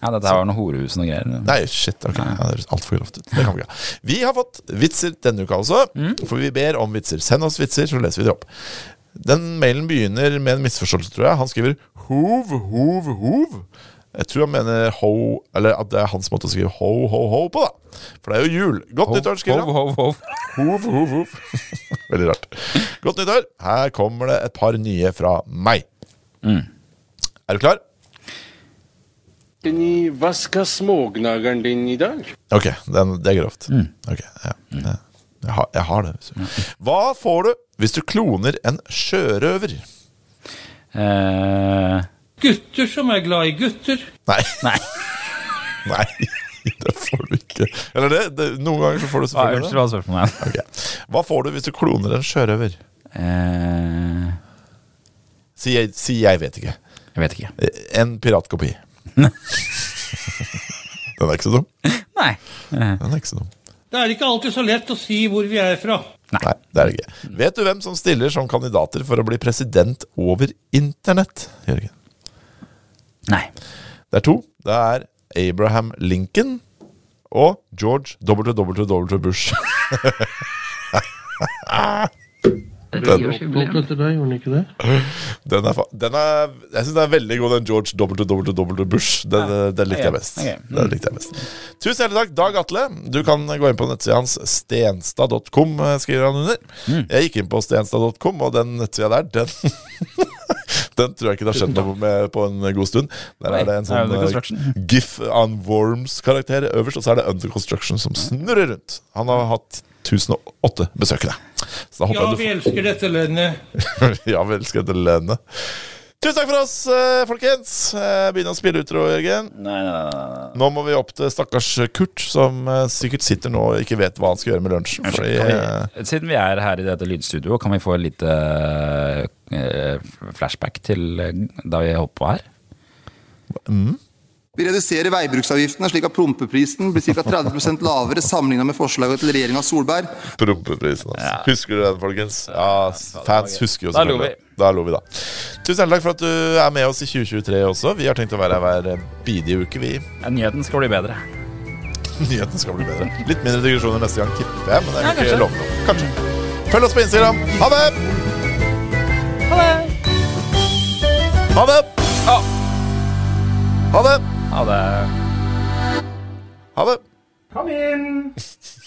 S1: Ja, dette her var noe horehus og noe greier.
S2: Nei, shit. ok ja, Det er altfor grovt. ut. Det kan vi ikke ha. Vi har fått vitser denne uka også, for vi ber om vitser. Send oss vitser, så leser vi det opp. Den mailen begynner med en misforståelse, tror jeg. Han skriver hov, hov, hov. Jeg tror han mener ho, eller at det er hans måte å skrive ho, ho, ho på, da. For det er jo jul. Godt nyttår, skriver han.
S1: Hov, hov, hov.
S2: Hov, hov, hov. Veldig rart. Godt nyttår. Her kommer det et par nye fra meg.
S1: Mm.
S2: Er du klar?
S3: Ni vaska smågnagaren din idag?
S2: Ok, den, det er grovt.
S1: Mm.
S2: Ok, ja, ja. Jeg, har, jeg har det. hvis du- Hva får du hvis du kloner en sjørøver?
S1: Eh,
S9: Gutter som är glada i gutter.
S2: Nei.
S1: Nei.
S2: Nei, det får du ikke. Eller det, det noen ganger så får du
S1: hva, unnskyld,
S2: selvfølgelig det.
S1: hva var spørsmålet igjen?
S2: Ok. Hva får du hvis du kloner en sjørøver?
S1: Eh,
S2: Si jeg, si jeg vet ikke.
S1: jeg vet ikke.
S2: En piratkopi. Den er ikke så dum.
S1: Nei.
S2: Den er ikke så dum.
S9: Det är inte alltid så lätt att se var vi är ifrån.
S2: Nei, det er det ikke. Vet du hvem som stiller som kandidater for å bli president over internett, Jørgen?
S1: Nei.
S2: Det er to. Det er Abraham Lincoln og George WWW Bush. den, er fa den er Jeg syns den er veldig god, den George WWW Bush. Den, eh, den likte jeg best.
S1: Ok. Mm.
S2: Den likte jeg best. Tusen hjertelig takk, Dag Atle. Du kan gå inn på nettsida hans, stenstad.com, eh, skriver han under.
S1: Mm.
S2: Jeg gikk inn på stenstad.com, og den nettsida der, den Den tror jeg ikke det har skjedd noe med på en god stund. Der
S1: Oi,
S2: er det en
S1: er det
S2: sånn
S1: under
S2: eh,
S1: construction?
S2: Gif on Worms-karakter øverst, og så er det Under Construction som snurrer rundt. Han har hatt 1008 besøkende. Så da håper
S9: Ja, vi
S2: jeg du
S9: älskar detta länge.
S2: får Ja vel, skal jeg lene. Tusen takk for oss, eh, folkens. Eh, Begynn å spille utro, Jørgen.
S1: Nei, nei, nei, nei.
S2: Nå må vi opp til stakkars Kurt, som eh, sikkert sitter nå og ikke vet hva han skal gjøre med lunsjen. Fordi, eh,
S1: Kan vi, siden vi er her i dette lydstudioet, kan vi få en lite eh, flashback til eh, da vi holdt på her?
S10: Vi reduserer veibruksavgiftene slik at prompeprisen blir ca. 30 lavere sammenlignet med forslaget til regjeringa Solberg.
S2: Prompeprisen, altså. Husker du den, folkens? Ja, fans husker jo
S1: Da lo
S2: selvfølgelig. Da lo vi, da. Tusen hjertelig takk for at du er med oss i 2023 også. Vi har tenkt å være her hver bidige uke, vi.
S1: Ja, Nyheten skal bli bedre.
S2: Nyheten skal bli bedre. Litt mindre digresjoner neste gang, tipper jeg, men det
S1: Ja,
S2: kan
S1: kanskje.
S2: ikke love noe. Kanskje. Følg oss på Instagram. Ha det! Ha det!
S1: Ja.
S2: Ha det!
S1: Ha det.
S2: Ha det!